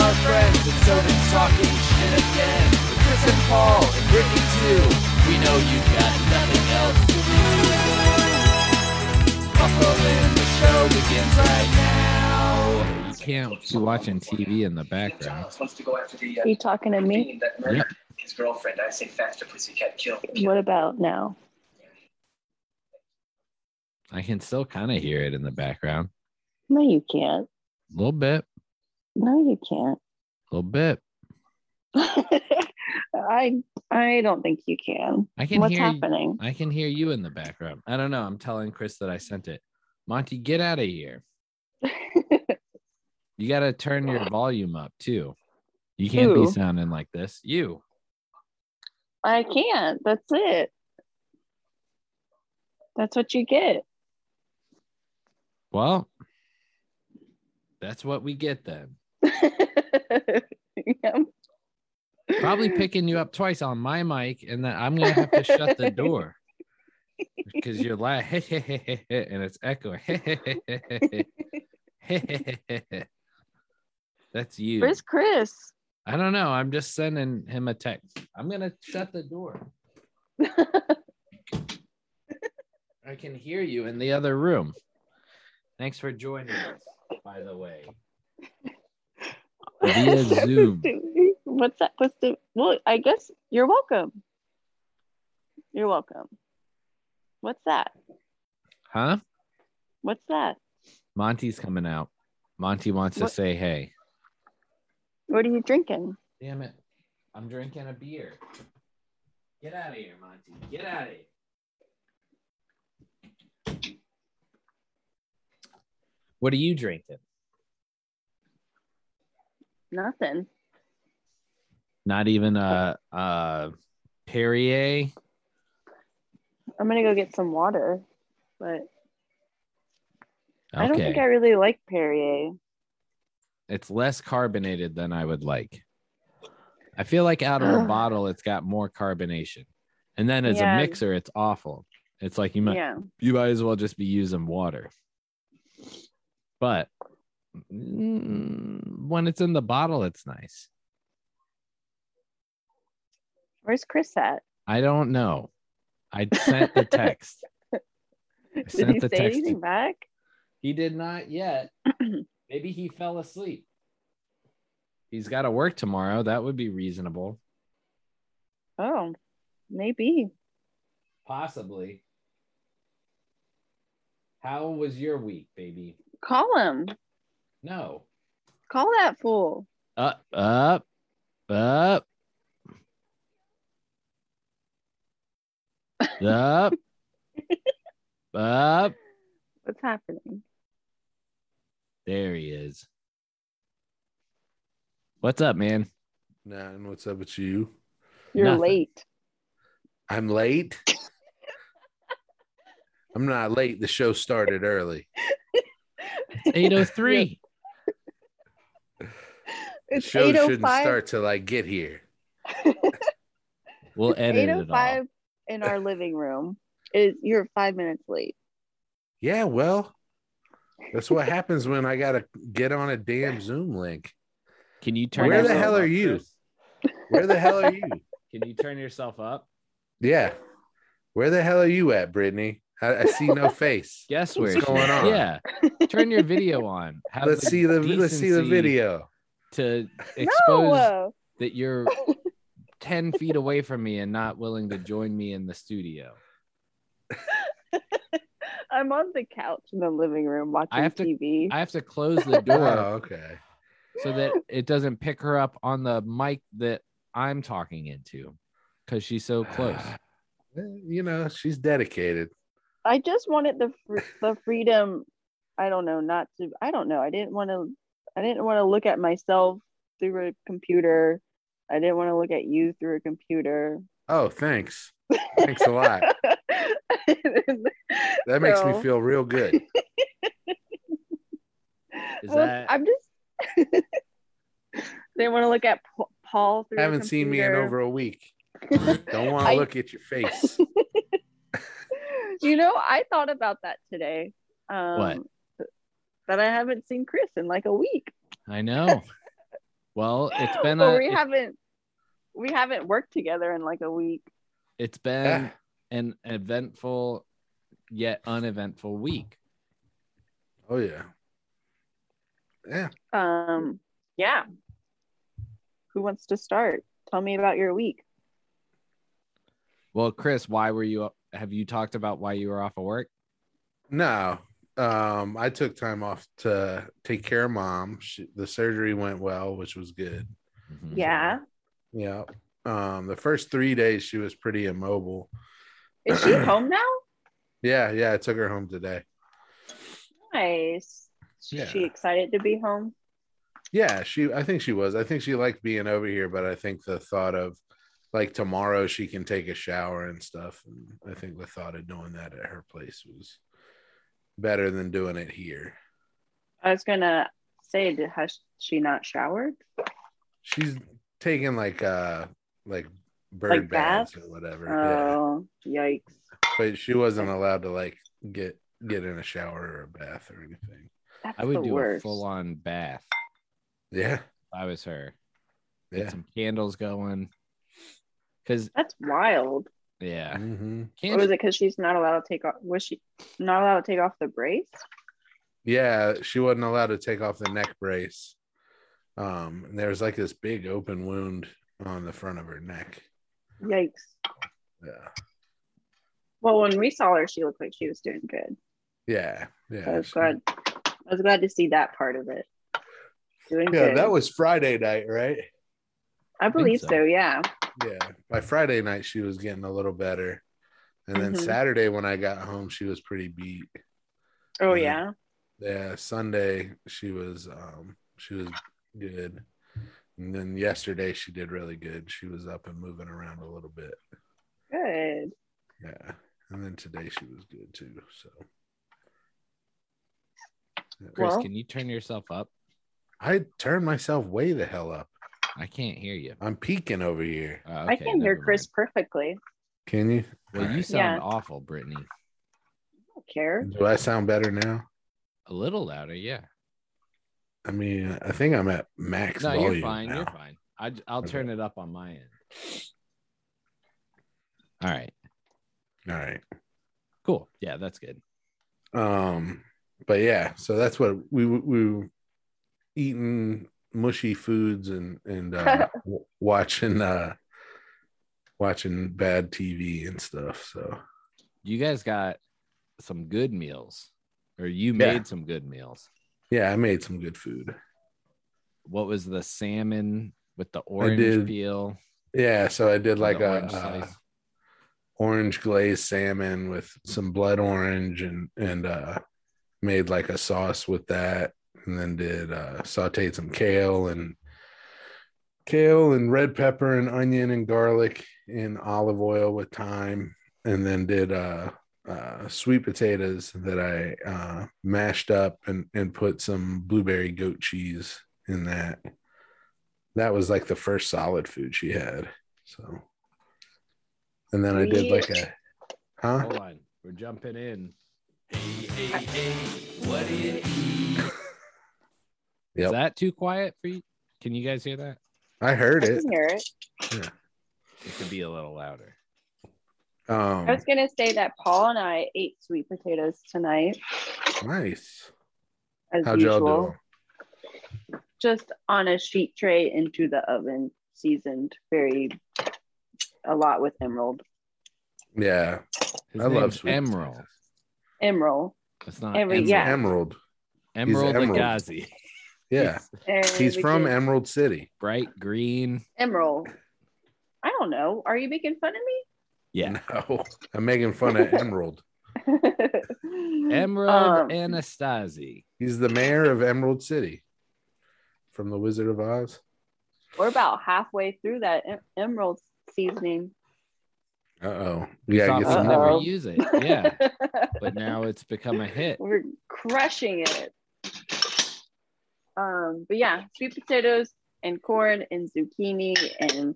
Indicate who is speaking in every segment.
Speaker 1: and servants talking shit again. With Chris and Paul and Brittany too. We know you've got nothing else to do. Buckle in, the show begins right now.
Speaker 2: You can't be watching TV in the background.
Speaker 1: Wants to go after the uh,
Speaker 3: Are you talking to me?
Speaker 1: fiend that murdered his girlfriend. I say faster, pussycat, kill.
Speaker 3: What about now?
Speaker 2: I can still kind of hear it in the background.
Speaker 3: No, you can't.
Speaker 2: A little bit,
Speaker 3: No, you can't.
Speaker 2: a little bit.
Speaker 3: I I don't think you can.
Speaker 2: I can
Speaker 3: What's
Speaker 2: hear
Speaker 3: happening?
Speaker 2: I can hear you in the background. I don't know. I'm telling Chris that I sent it. Monty, get out of here. You got to turn your volume up too. You can't be
Speaker 3: Who?
Speaker 2: sounding like this. You.
Speaker 3: I can't. That's it. That's what you get.
Speaker 2: Well, that's what we get then.
Speaker 3: Yeah.
Speaker 2: Probably picking you up twice on my mic, and then I'm gonna have to shut the door because you're like and it's echoing. That's you.
Speaker 3: Where's Chris?
Speaker 2: I don't know. I'm just sending him a text. I'm gonna shut the door. I can hear you in the other room. Thanks for joining us, by the way. Via Zoom.
Speaker 3: What's that supposed to? Well, I guess you're welcome. You're welcome. What's that?
Speaker 2: Huh?
Speaker 3: What's that?
Speaker 2: Monty's coming out. Monty wants
Speaker 3: What-
Speaker 2: to say hey.
Speaker 3: What are you drinking?
Speaker 2: Damn it. I'm drinking a beer. Get out of here, Monty. Get out of here. What are you drinking?
Speaker 3: Nothing.
Speaker 2: Not even a uh Perrier.
Speaker 3: I'm gonna go get some water, but
Speaker 2: Okay.
Speaker 3: I don't think I really like Perrier.
Speaker 2: it's less carbonated than I would like. I feel like out of a
Speaker 3: Ugh.
Speaker 2: bottle it's got more carbonation. And then as
Speaker 3: Yeah.
Speaker 2: a mixer, it's awful. It's like you might
Speaker 3: yeah,
Speaker 2: you might as well just be using water. But mm, when it's in the bottle, it's nice.
Speaker 3: where's Chris at?
Speaker 2: I don't know. I sent the text. I
Speaker 3: Did he
Speaker 2: sent the
Speaker 3: say
Speaker 2: text.
Speaker 3: anything back?
Speaker 2: He did not yet. Maybe he fell asleep. He's got to work tomorrow. That would be reasonable.
Speaker 3: Oh, maybe.
Speaker 2: Possibly. How was your week, baby?
Speaker 3: Call him.
Speaker 2: No.
Speaker 3: Call that fool.
Speaker 2: Up, up, up. Up. up.
Speaker 3: What's happening?
Speaker 2: There he is. What's up, man?
Speaker 4: Nah, and what's up with you?
Speaker 3: You're
Speaker 2: Nothing.
Speaker 3: late.
Speaker 4: I'm late. I'm not late. The show started early.
Speaker 2: It's 803.
Speaker 4: The
Speaker 3: It's
Speaker 4: show
Speaker 3: eight oh
Speaker 4: shouldn't
Speaker 3: five.
Speaker 4: start till I get here.
Speaker 2: We'll edit
Speaker 3: Eight
Speaker 2: it
Speaker 3: oh
Speaker 2: all.
Speaker 3: five in our living room. Is you're five minutes late.
Speaker 4: Yeah, well, that's what happens when I gotta get on a damn Zoom link.
Speaker 2: Can you turn
Speaker 3: Where the
Speaker 2: yourself
Speaker 4: hell are
Speaker 2: up,
Speaker 4: you?
Speaker 2: Chris?
Speaker 4: Where the hell are you?
Speaker 2: Can you turn yourself up?
Speaker 4: Yeah, where the hell are you at, Brittany? I, I see no face.
Speaker 2: Guess where?
Speaker 4: What's
Speaker 2: she-
Speaker 4: going on?
Speaker 2: Yeah. Turn your video on. Have
Speaker 4: Let's see the let's see the
Speaker 2: decency
Speaker 4: video.
Speaker 2: To expose
Speaker 3: No. uh,
Speaker 2: that you're 10 feet away from me and not willing to join me in the studio.
Speaker 3: I'm on the couch in the living room watching
Speaker 2: have to-
Speaker 3: TV.
Speaker 2: I have to close the
Speaker 4: Oh,
Speaker 2: door
Speaker 4: okay.
Speaker 2: so that it doesn't pick her up on the mic that I'm talking into because she's so close.
Speaker 4: Well, You know, she's dedicated.
Speaker 3: I just wanted the fr- the freedom. I don't know, not to. I don't know. I didn't want to. I didn't want to look at myself through a computer. I didn't want to look at you through a computer.
Speaker 4: Oh, thanks. Thanks a lot. That makes me
Speaker 3: So-
Speaker 4: feel real good.
Speaker 2: Is
Speaker 3: Well,
Speaker 2: that
Speaker 3: I'm just. didn't want to look at Pa- Paul through. a
Speaker 4: Haven't seen me in
Speaker 3: computer.
Speaker 4: over a week. Don't want to
Speaker 3: I-
Speaker 4: look at your face.
Speaker 3: You know, I thought about that today. Um,
Speaker 2: What?
Speaker 3: That I haven't seen Chris in like a week.
Speaker 2: I know. Well, it's been
Speaker 3: well,
Speaker 2: a
Speaker 3: we
Speaker 2: it-
Speaker 3: haven't we haven't worked together in like a week.
Speaker 2: it's been an eventful yet uneventful week.
Speaker 4: Oh yeah. Yeah.
Speaker 3: Um, yeah. Who wants to start? Tell me about your week.
Speaker 2: Well, Chris, why were you up? Have you talked about why you were off of work?
Speaker 4: No. Um, I took time off to take care of mom. She, the surgery went well, which was good. Mm-hmm.
Speaker 2: Mhm.
Speaker 3: Yeah.
Speaker 4: Yeah. Um, the first three days she was pretty immobile.
Speaker 3: Is she home now?
Speaker 4: Yeah, yeah. I took her home today.
Speaker 3: Nice. Is
Speaker 4: Yeah.
Speaker 3: She excited to be home.
Speaker 4: Yeah, she I think she was. I think she liked being over here, but I think the thought of like tomorrow she can take a shower and stuff. And I think the thought of doing that at her place was better than doing it here.
Speaker 3: I was gonna say, did, has she not showered?
Speaker 4: She's taking like uh like bird
Speaker 3: Like
Speaker 4: baths
Speaker 3: baths?
Speaker 4: or whatever. yeah.
Speaker 3: Oh, yikes!
Speaker 4: But she wasn't allowed to like get get in a shower or a bath or anything.
Speaker 3: That's
Speaker 2: I would
Speaker 3: the
Speaker 2: do a
Speaker 3: worst.
Speaker 2: full on bath
Speaker 4: Yeah.
Speaker 2: if I was her. Get
Speaker 4: Yeah.
Speaker 2: some candles going. Cause
Speaker 3: That's wild.
Speaker 2: yeah.
Speaker 4: hmm
Speaker 3: Or was
Speaker 2: Candles,
Speaker 3: it because she's not allowed to take off? Was she not allowed to take off the brace?
Speaker 4: Yeah, she wasn't allowed to take off the neck brace. Um, and there was like this big open wound on the front of her neck.
Speaker 3: Yikes!
Speaker 4: Yeah.
Speaker 3: Well, when we saw her, she looked like she was doing good.
Speaker 4: Yeah. Yeah.
Speaker 3: I was
Speaker 4: she-
Speaker 3: glad. I was glad to see that part of it. Doing
Speaker 4: Yeah,
Speaker 3: good.
Speaker 4: that was Friday night, right?
Speaker 3: I believe
Speaker 2: so.
Speaker 3: so. Yeah.
Speaker 4: Yeah. By Friday night, she was getting a little better. And then
Speaker 3: Mhm.
Speaker 4: Saturday when I got home, she was pretty beat.
Speaker 3: Oh
Speaker 4: Mhm.
Speaker 3: yeah.
Speaker 4: Yeah, Sunday she was um she was good. And then yesterday she did really good. She was up and moving around a little bit.
Speaker 3: Good.
Speaker 4: Yeah. And then today she was good too. So
Speaker 2: Chris,
Speaker 3: Well-
Speaker 2: can you turn yourself up?
Speaker 4: I turned myself way the hell up.
Speaker 2: I can't hear you.
Speaker 4: I'm peeking over here.
Speaker 2: Oh,
Speaker 3: I
Speaker 2: okay,
Speaker 3: can hear
Speaker 2: never
Speaker 3: Chris perfectly.
Speaker 4: Can you?
Speaker 2: mind. Well, you
Speaker 4: Alright.
Speaker 2: sound awful, Brittany.
Speaker 3: I don't care.
Speaker 4: Do I sound better now?
Speaker 2: A little louder, yeah.
Speaker 4: I mean, I think I'm at max
Speaker 2: No,
Speaker 4: volume.
Speaker 2: you're fine.
Speaker 4: now.
Speaker 2: You're fine. I, I'll
Speaker 4: Okay.
Speaker 2: turn it up on my end. All right.
Speaker 4: All right.
Speaker 2: Cool. Yeah, that's good.
Speaker 4: Um, but yeah, so that's what we we were eating mushy foods and and uh, w- watching uh watching bad TV and stuff. So
Speaker 2: You guys got some good meals, or you
Speaker 4: Yeah.
Speaker 2: made some good meals.
Speaker 4: yeah, I made some good food.
Speaker 2: What was the salmon with the orange
Speaker 4: did
Speaker 2: peel?
Speaker 4: Yeah, so I did
Speaker 2: or
Speaker 4: like
Speaker 2: the
Speaker 4: a
Speaker 2: orange
Speaker 4: uh,
Speaker 2: slice?
Speaker 4: orange glazed salmon with some blood orange and and uh made like a sauce with that and then did uh sauteed some kale and kale and red pepper and onion and garlic in olive oil with thyme and then did uh uh, sweet potatoes that I uh, mashed up and, and put some blueberry goat cheese in that. That was like the first solid food she had. So, and then I did like a, huh?
Speaker 2: Hold on, we're jumping in.
Speaker 1: Hey, hey, hey, what do you eat?
Speaker 4: Yep.
Speaker 2: Is that too quiet for you? Can you guys hear that?
Speaker 4: I heard
Speaker 3: I
Speaker 4: it.
Speaker 3: can hear it.
Speaker 2: It could be a little louder.
Speaker 3: I
Speaker 4: Um,
Speaker 3: was gonna say that Paul and I ate sweet potatoes tonight,
Speaker 4: nice.
Speaker 3: as
Speaker 4: How'd y'all
Speaker 3: usual.
Speaker 4: do?
Speaker 3: Just on a sheet tray into the oven, seasoned very a lot with emerald.
Speaker 4: Yeah.
Speaker 2: His
Speaker 4: I love
Speaker 2: name's
Speaker 4: sweet
Speaker 2: Emerald.
Speaker 4: potatoes.
Speaker 3: Emerald.
Speaker 2: It's not
Speaker 3: Every-
Speaker 2: Emerald.
Speaker 3: yeah.
Speaker 4: Emerald.
Speaker 2: Emerald,
Speaker 4: Emerald.
Speaker 2: Agazi.
Speaker 4: Yeah.
Speaker 3: And
Speaker 4: He's
Speaker 3: we
Speaker 4: from
Speaker 3: did
Speaker 4: Emerald City.
Speaker 2: Bright green.
Speaker 3: Emerald. I don't know. Are you making fun of
Speaker 2: Yeah.
Speaker 4: No, I'm making fun of Emerald.
Speaker 3: me?
Speaker 2: Emerald
Speaker 3: Um,
Speaker 2: Anastasi.
Speaker 4: He's the mayor of Emerald City from The Wizard of Oz.
Speaker 3: We're about halfway through that em- emerald seasoning.
Speaker 4: Uh oh. Yeah,
Speaker 2: Thought
Speaker 4: get
Speaker 2: we'd
Speaker 4: some
Speaker 3: Uh-oh.
Speaker 2: never
Speaker 4: more.
Speaker 2: use it. Yeah. but now it's become a hit.
Speaker 3: we're crushing it. Um, but yeah, sweet potatoes and corn and zucchini and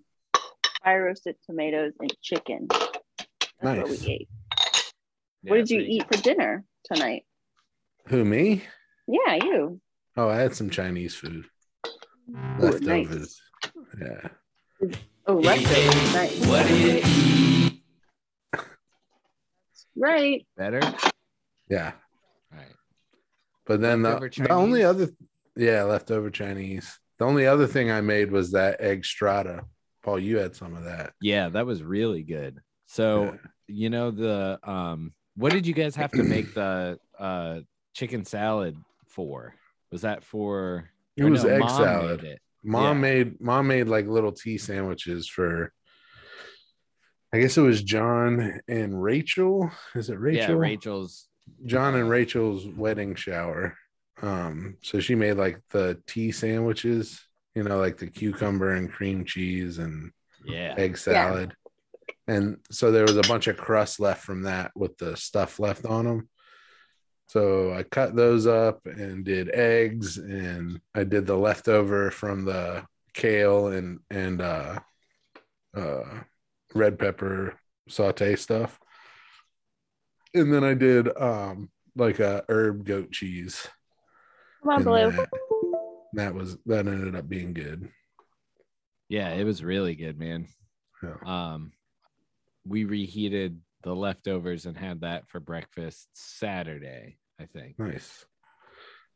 Speaker 3: fire roasted tomatoes and chicken. That's what
Speaker 4: Nice.
Speaker 3: we ate. what did you eat for dinner tonight?
Speaker 4: Who me?
Speaker 3: Yeah, you.
Speaker 4: Oh, I had some Chinese food. Leftovers.
Speaker 3: nice.
Speaker 4: Yeah.
Speaker 3: Oh, leftovers. Nice.
Speaker 1: What did it eat?
Speaker 3: Right.
Speaker 2: Better. All
Speaker 4: Yeah.
Speaker 2: right.
Speaker 4: But then the,
Speaker 2: Leftover
Speaker 4: the only
Speaker 2: Chinese.
Speaker 4: other, yeah, leftover Chinese. The only other thing I made was that egg strata. Paul, you had some of that.
Speaker 2: Yeah, that was really good. So
Speaker 4: Yeah.
Speaker 2: you know the um, what did you guys have to make the uh chicken salad for? Was that for?
Speaker 4: It
Speaker 2: or
Speaker 4: was egg
Speaker 2: Mom
Speaker 4: salad.
Speaker 2: made it.
Speaker 4: Mom
Speaker 2: Yeah.
Speaker 4: made mom made like little tea sandwiches for. I guess it was John and Rachel. Is it Rachel?
Speaker 2: Yeah, uh-huh. Rachel's.
Speaker 4: John and Rachel's wedding shower. Um, so she made like the tea sandwiches, you know, like the cucumber and cream cheese and
Speaker 2: Yeah,
Speaker 4: egg salad. And so there was a bunch of crust left from that with the stuff left on them. So I cut those up and did eggs and I did the leftover from the kale and and uh uh red pepper saute stuff. And then I did um like a herb goat cheese.
Speaker 2: Oh,
Speaker 3: Come on,
Speaker 4: And
Speaker 3: Blue.
Speaker 4: That was that ended up being good.
Speaker 2: yeah, it was really good, man.
Speaker 4: Yeah.
Speaker 2: Um, we reheated the leftovers and had that for breakfast Saturday, I think.
Speaker 4: Nice.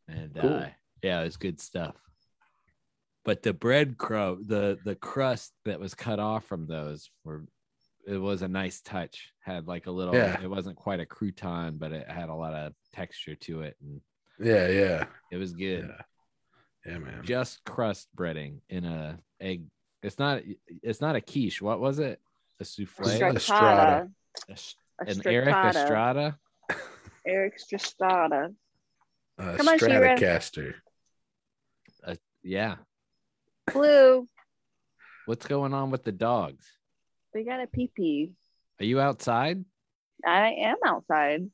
Speaker 2: and
Speaker 4: Cool.
Speaker 2: uh, yeah, it was good stuff. But the bread crumb, the the crust that was cut off from those were, it was a nice touch. Had like a little,
Speaker 4: Yeah.
Speaker 2: it wasn't quite a crouton, but it had a lot of texture to it, and
Speaker 4: Yeah, yeah.
Speaker 2: it was good.
Speaker 4: Yeah. Yeah, man.
Speaker 2: Just crust breading in a egg. It's not, it's not a quiche. What was it? A souffle?
Speaker 4: Strike.
Speaker 3: Stracciata.
Speaker 2: A sh-
Speaker 3: A
Speaker 2: an Eric
Speaker 3: stracciata.
Speaker 2: Estrada.
Speaker 3: Eric Stracciata.
Speaker 4: Uh,
Speaker 3: Come on, Shira.
Speaker 4: Stratocaster.
Speaker 2: Yeah.
Speaker 3: Blue.
Speaker 2: What's going on with the dogs?
Speaker 3: They got a pee pee.
Speaker 2: Are you outside?
Speaker 3: I am outside.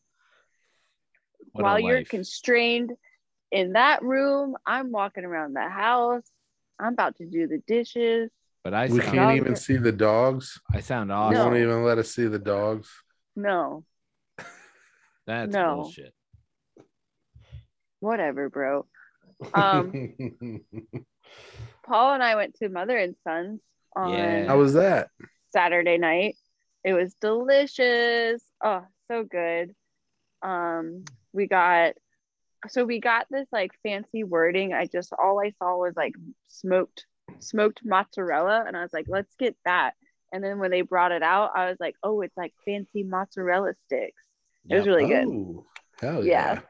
Speaker 2: What a
Speaker 3: While you're
Speaker 2: life.
Speaker 3: constrained in that room, I'm walking around the house. I'm about to do the dishes.
Speaker 2: but I
Speaker 4: we
Speaker 2: sound,
Speaker 4: can't
Speaker 3: Dogs
Speaker 4: even
Speaker 3: are-
Speaker 4: see the dogs.
Speaker 2: I sound
Speaker 4: You
Speaker 2: awesome.
Speaker 3: No.
Speaker 4: won't even let us see the dogs.
Speaker 3: No,
Speaker 2: That's
Speaker 3: No.
Speaker 2: bullshit.
Speaker 3: whatever, bro. Um, Paul and I went to Mother and Sons on
Speaker 2: Yeah.
Speaker 4: How was that?
Speaker 3: Saturday night. It was delicious. Oh, so good. Um, we got so we got this like fancy wording. I just all I saw was like smoked smoked mozzarella and I was like, "Let's get that." And then when they brought it out, I was like, "Oh, it's like fancy mozzarella sticks." It was
Speaker 2: Yep.
Speaker 3: really good.
Speaker 4: Oh, hell yeah.
Speaker 3: Yeah.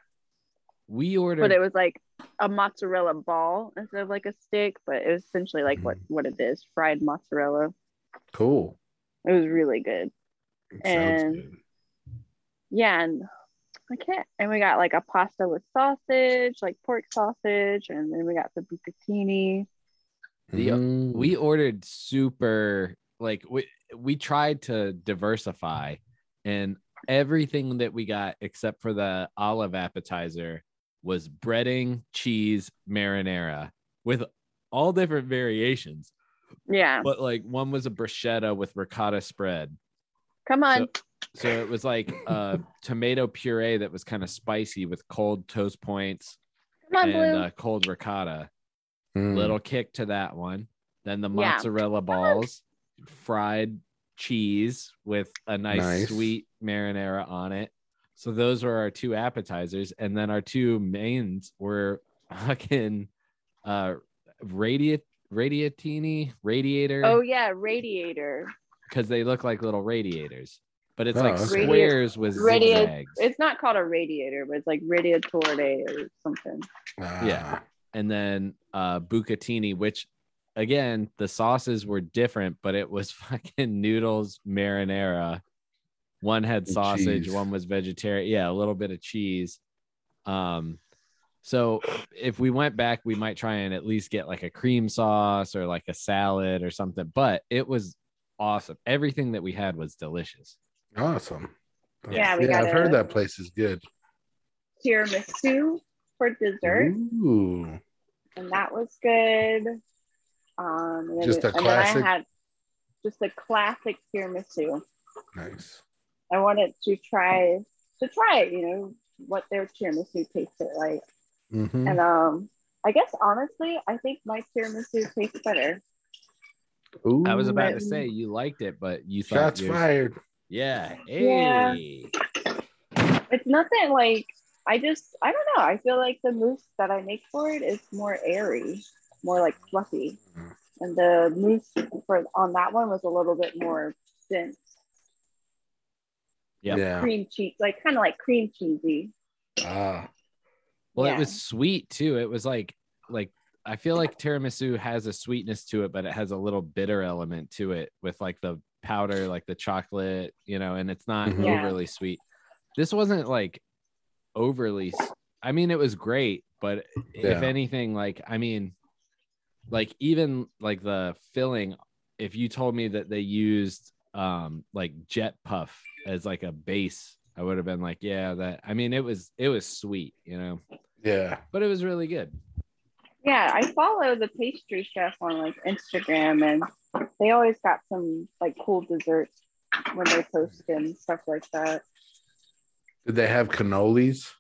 Speaker 2: we ordered
Speaker 3: But it was like a mozzarella ball instead of like a stick, but it was essentially like what what it is, fried mozzarella.
Speaker 4: Cool.
Speaker 3: It was really good.
Speaker 4: Sounds
Speaker 3: And-
Speaker 4: good.
Speaker 3: yeah and i can't and we got like a pasta with sausage like pork sausage and then we got the
Speaker 2: the-
Speaker 3: bucatini
Speaker 4: Mm.
Speaker 2: we ordered super like we we tried to diversify and everything that we got except for the olive appetizer was breading, cheese, marinara with all different variations.
Speaker 3: yeah
Speaker 2: But like one was a bruschetta with ricotta spread.
Speaker 3: come on
Speaker 2: So it was like a tomato puree that was kind of spicy with cold toast points
Speaker 3: come on
Speaker 2: and
Speaker 3: blue
Speaker 2: uh, cold ricotta.
Speaker 4: Mm.
Speaker 2: little kick to that one. Then the
Speaker 3: Yeah.
Speaker 2: mozzarella balls, fried cheese with a nice,
Speaker 4: Nice.
Speaker 2: sweet marinara on it. So those were our two appetizers, and then our two mains were fucking uh, radiat radiatini radiator
Speaker 3: oh yeah radiator
Speaker 2: because they look like little radiators, but it's
Speaker 4: Oh,
Speaker 2: like
Speaker 4: okay.
Speaker 3: Radiat-
Speaker 2: squares with
Speaker 3: radiat-
Speaker 2: zigzags.
Speaker 3: it's not called a radiator but it's like radiatore or something
Speaker 4: Ah,
Speaker 2: yeah. and then uh bucatini which again the sauces were different but it was fucking noodles marinara one had
Speaker 4: And
Speaker 2: sausage
Speaker 4: cheese.
Speaker 2: one was vegetarian yeah a little bit of cheese um so if we went back we might try and at least get like a cream sauce or like a salad or something but it was awesome everything that we had was delicious
Speaker 4: Awesome.
Speaker 3: Yeah, we
Speaker 4: yeah I've
Speaker 3: gotta-
Speaker 4: heard that place is good.
Speaker 3: tiramisu for dessert
Speaker 4: Ooh.
Speaker 3: and that was good um and,
Speaker 4: Just a
Speaker 3: and
Speaker 4: classic-
Speaker 3: then i had just a classic tiramisu
Speaker 4: Nice.
Speaker 3: I wanted to try to try it, you know, what their tiramisu tasted like.
Speaker 4: Mhm.
Speaker 3: And um I guess honestly, I think my tiramisu tastes better.
Speaker 4: Ooh,
Speaker 2: I was about to
Speaker 3: Right.
Speaker 2: say you liked it, but you thought
Speaker 4: shots
Speaker 2: yours-
Speaker 4: fired.
Speaker 2: Yeah.
Speaker 3: Yeah.
Speaker 2: Hey.
Speaker 3: It's nothing like I just I don't know. I feel like the mousse that I make for it is more airy, more like fluffy,
Speaker 4: Mhm.
Speaker 3: and the mousse for on that one was a little bit more dense,
Speaker 2: Yep.
Speaker 4: Yeah.
Speaker 3: cream cheese, like kind of like cream cheesy.
Speaker 4: Ah,
Speaker 2: Well, it
Speaker 3: Yeah.
Speaker 2: was sweet too. It was like like I feel like tiramisu has a sweetness to it, but it has a little bitter element to it with like the powder, like the chocolate, you know, and it's not
Speaker 4: Mhm.
Speaker 3: Yeah.
Speaker 2: overly sweet. This wasn't like overly s- I mean it was great, but
Speaker 4: Yeah.
Speaker 2: if anything like I mean like even like the filling if you told me that they used um like jet puff as like a base, I would have been like, yeah, that I mean it was it was sweet, you know
Speaker 4: yeah.
Speaker 2: but it was really good.
Speaker 3: Yeah, I follow the pastry chef on like Instagram, and they always got some like cool desserts when they post and stuff like that.
Speaker 4: Did they have cannolis?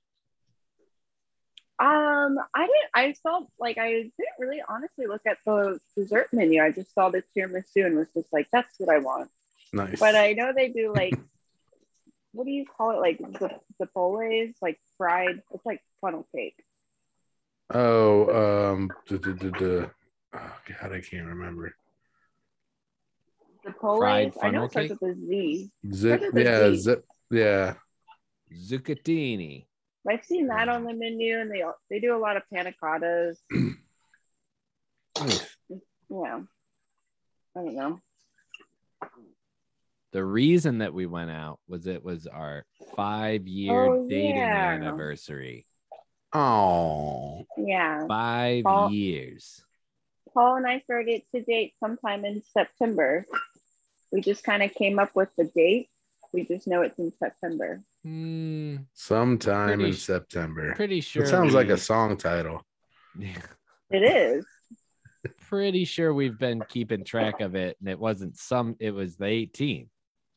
Speaker 3: Um, I didn't. I saw like I didn't really honestly look at the dessert menu. I just saw the tiramisu and was just like, that's what I want.
Speaker 4: Nice.
Speaker 3: But I know they do like, what do you call it? Like the zippoles, like fried. It's like funnel cake.
Speaker 4: oh, um, duh, duh, duh, duh. oh God, I can't remember.
Speaker 3: Zippoles. I know
Speaker 2: funnel
Speaker 3: it starts
Speaker 2: cake?
Speaker 3: with a Z.
Speaker 4: Zip,
Speaker 3: What did they
Speaker 4: yeah,
Speaker 3: eat?
Speaker 4: zip, yeah.
Speaker 2: Zucatini.
Speaker 3: But I've seen that on the menu, and they they do a lot of panna cottas.
Speaker 4: Nice.
Speaker 3: Yeah. I don't know.
Speaker 2: The reason that we went out was it was our five year
Speaker 3: Oh,
Speaker 2: dating
Speaker 3: yeah.
Speaker 2: anniversary.
Speaker 4: Oh,
Speaker 3: Yeah.
Speaker 2: Five
Speaker 3: Oh.
Speaker 2: years.
Speaker 3: Paul and I started to date sometime in September. We just kind of came up with the date. We just know it's in September.
Speaker 2: Hmm,
Speaker 4: sometime
Speaker 2: Pretty
Speaker 4: in
Speaker 2: sh-
Speaker 4: September.
Speaker 2: pretty sure.
Speaker 4: It sounds like
Speaker 2: we-
Speaker 4: a song title.
Speaker 3: It is.
Speaker 2: pretty sure we've been keeping track of it, and it wasn't some. It was the 18th,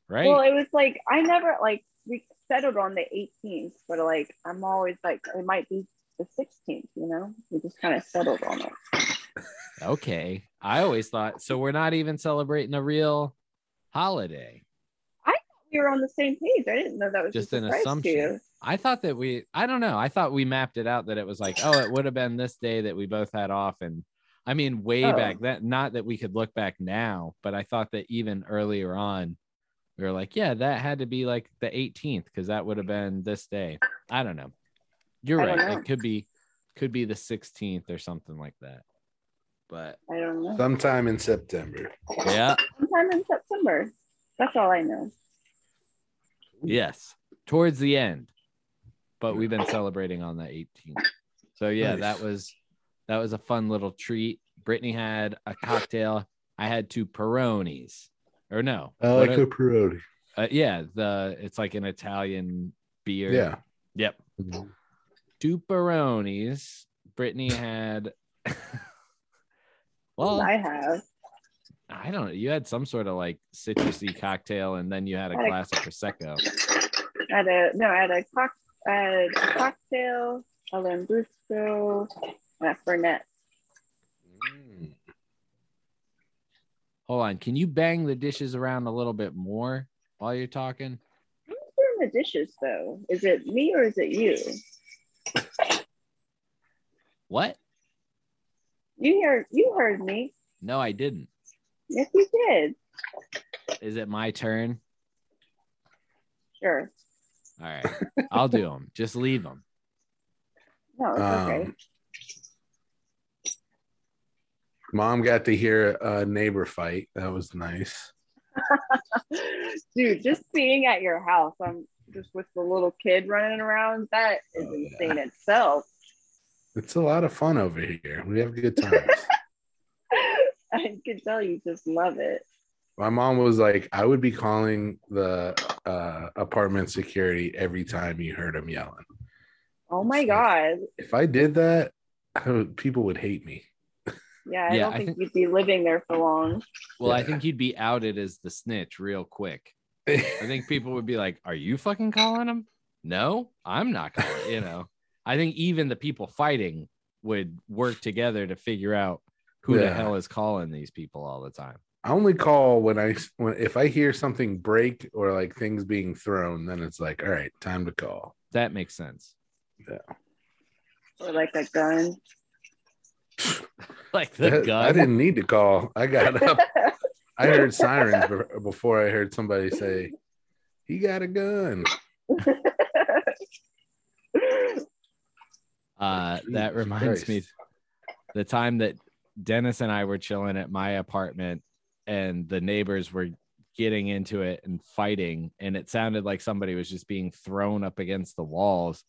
Speaker 2: right?
Speaker 3: Well, it was like I never like we settled on the 18th, but like I'm always like it might be the 16th, you know? We just kind of settled on it.
Speaker 2: okay. I always thought so. We're not even celebrating a real holiday.
Speaker 3: We were on the same page. I didn't know that was
Speaker 2: Just
Speaker 3: a
Speaker 2: an
Speaker 3: surprise to
Speaker 2: assumption.
Speaker 3: you.
Speaker 2: I thought that we, I don't know. I thought we mapped it out that it was like, oh, it would have been this day that we both had off. And I mean, way
Speaker 3: Oh.
Speaker 2: back that, not that we could look back now, but I thought that even earlier on, we were like, yeah, that had to be like the 18th because that would have been this day. I don't know. You're
Speaker 3: I don't
Speaker 2: right.
Speaker 3: know.
Speaker 2: It could be, could be the 16th or something like that. But
Speaker 3: I don't know.
Speaker 4: Sometime in September.
Speaker 2: yeah,
Speaker 3: Sometime in September. That's all I know.
Speaker 2: yes, towards the end. But we've been celebrating on the 18th. So yeah,
Speaker 4: Nice.
Speaker 2: that was that was a fun little treat. Brittany had a cocktail. I had two Peronis, or no?
Speaker 4: I
Speaker 2: what
Speaker 4: Oh, like
Speaker 2: are-
Speaker 4: a parody.
Speaker 2: uh, yeah, the it's like an Italian beer.
Speaker 4: Yeah.
Speaker 2: Yep. Two Peronis. Brittany had. well, I,
Speaker 3: I have.
Speaker 2: don't know. You had some sort of like citrusy cocktail, and then you had a
Speaker 3: I-
Speaker 2: glass of prosecco.
Speaker 3: at a no at a cock at a cocktail, a lambrusco, and a fernet.
Speaker 4: Mm.
Speaker 2: Hold on. Can you bang the dishes around a little bit more while you're talking?
Speaker 3: Who's doing the dishes though? Is it me or is it you?
Speaker 2: What?
Speaker 3: You hear you heard me.
Speaker 2: No, I didn't.
Speaker 3: Yes, you did.
Speaker 2: Is it my turn?
Speaker 3: Sure.
Speaker 2: All right. I'll do them. Just leave them.
Speaker 3: No, it's Oh, okay.
Speaker 4: Um, Mom got to hear a neighbor fight. That was nice.
Speaker 3: Dude, just being at your house, I'm just with the little kid running around. That is
Speaker 4: Oh, yeah.
Speaker 3: insane itself.
Speaker 4: It's a lot of fun over here. We have good times.
Speaker 3: I can tell you just love it.
Speaker 4: My mom was like, I would be calling the uh, apartment security every time you heard him yelling.
Speaker 3: Oh my god.
Speaker 4: If I did that, I would, people would hate me.
Speaker 3: Yeah, I
Speaker 2: Yeah,
Speaker 3: don't
Speaker 2: I
Speaker 3: think
Speaker 2: think-
Speaker 3: you'd be living there for long.
Speaker 2: Well, I
Speaker 4: Yeah.
Speaker 2: think you'd be outed as the snitch real quick. I
Speaker 4: yeah,
Speaker 2: think people would be like, Are you fucking calling him? No, I'm not calling. You know, I think even the people fighting would work together to figure out who the
Speaker 4: Yeah.
Speaker 2: hell is calling these people all the time.
Speaker 4: I only call when I when if I hear something break or like things being thrown, then it's like, all right, time to call.
Speaker 2: That makes sense.
Speaker 3: or like a gun.
Speaker 2: Like the
Speaker 4: That- I
Speaker 2: gun.
Speaker 4: didn't need to call. I got up. I heard sirens be- before I heard somebody say, "He got a gun."
Speaker 2: Uh, that
Speaker 4: Jesus
Speaker 2: reminds me
Speaker 4: Christ.
Speaker 2: the time that Dennis and I were chilling at my apartment and the neighbors were getting into it and fighting and it sounded like somebody was just being thrown up against the walls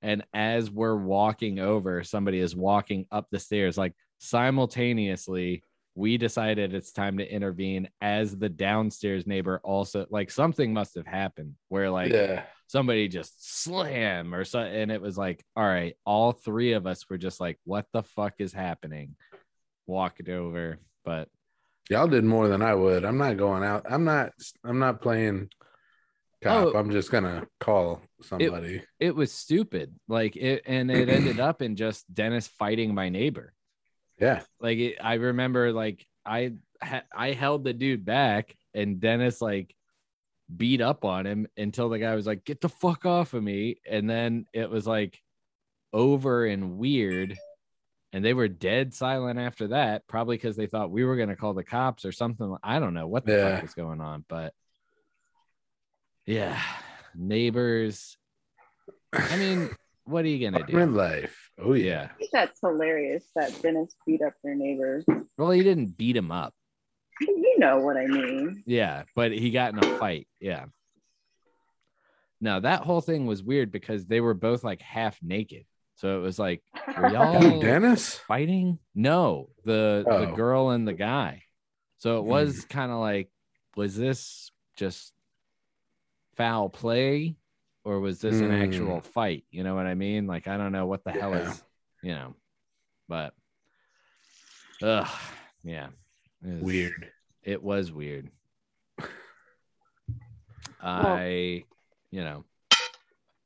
Speaker 2: and as we're walking over somebody is walking up the stairs like simultaneously we decided it's time to intervene as the downstairs neighbor also like something must have happened where like
Speaker 4: yeah,
Speaker 2: somebody just slam or so and it was like all right all three of us were just like what the fuck is happening walked over but
Speaker 4: y'all did more than I would. I'm not going out. I'm not. I'm not playing cop.
Speaker 2: Oh.
Speaker 4: I'm just gonna call somebody.
Speaker 2: it was stupid like it and it ended up in just dennis fighting my neighbor
Speaker 4: yeah,
Speaker 2: like it, i remember like i ha- i held the dude back and dennis like beat up on him until the guy was like get the fuck off of me and then it was like over and weird and they were dead silent after that probably because they thought we were going to call the cops or something i don't know what the
Speaker 4: Yeah.
Speaker 2: fuck was going on but yeah neighbors i mean what are you going to do
Speaker 4: apartment life. Oh yeah.
Speaker 2: yeah
Speaker 3: That's hilarious that Dennis beat up their neighbor.
Speaker 2: well he didn't beat him up
Speaker 3: You know what I mean.
Speaker 2: Yeah, but he got in a fight. Yeah. Now that whole thing was weird because they were both like half naked. So it was like, were
Speaker 4: Who,
Speaker 2: y'all
Speaker 4: Dennis?
Speaker 2: fighting? No, the the
Speaker 4: Oh. Hmm.
Speaker 2: girl and the guy. So it was kind of like, was this just foul play or was this an
Speaker 4: Hmm.
Speaker 2: actual fight? You know what I mean? Like, I don't know what the hell
Speaker 4: Yeah.
Speaker 2: is, you know, but ugh, yeah. It was-
Speaker 4: Weird.
Speaker 2: it was weird. I, you know,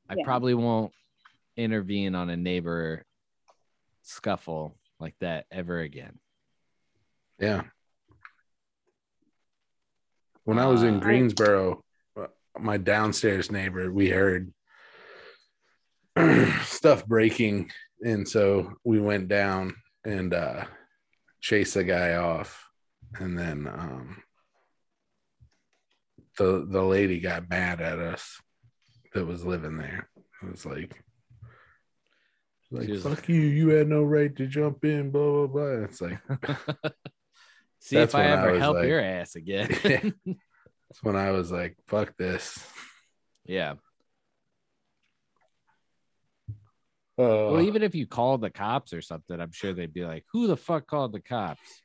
Speaker 2: I
Speaker 3: Yeah.
Speaker 2: probably won't intervene on a neighbor scuffle like that ever again.
Speaker 4: Yeah. When I was
Speaker 2: Uh,
Speaker 4: in Greensboro, my downstairs neighbor, we heard stuff breaking. And so we went down and uh, chased the guy off. And then um, the, the lady got mad at us that was living there. It was like, like,
Speaker 2: She was
Speaker 4: fuck you. You had no right to jump in, blah, blah, blah. It's like,
Speaker 2: See if
Speaker 4: That's
Speaker 2: I
Speaker 4: when I
Speaker 2: ever
Speaker 4: was
Speaker 2: help
Speaker 4: like-
Speaker 2: your ass again.
Speaker 4: Yeah. That's when I was like, fuck this.
Speaker 2: yeah.
Speaker 4: Uh,
Speaker 2: Well, even if you called the cops or something, I'm sure they'd be like, "Who the fuck called the cops?"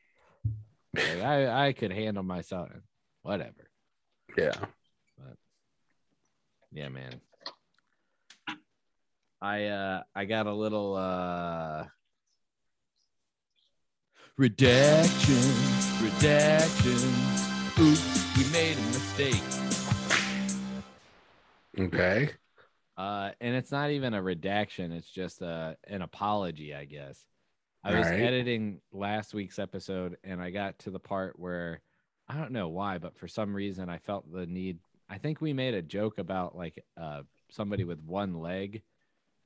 Speaker 2: Like, I I could handle myself. Whatever.
Speaker 4: yeah.
Speaker 2: Yeah, man. I uh I got a little uh
Speaker 1: Redaction, redaction. Oops, we made a mistake.
Speaker 4: Okay.
Speaker 2: uh and it's not even a redaction, it's just uh an apology, I guess. I
Speaker 4: All
Speaker 2: was
Speaker 4: right.
Speaker 2: editing last week's episode and I got to the part where I don't know why, but for some reason I felt the need I think we made a joke about like uh somebody with one leg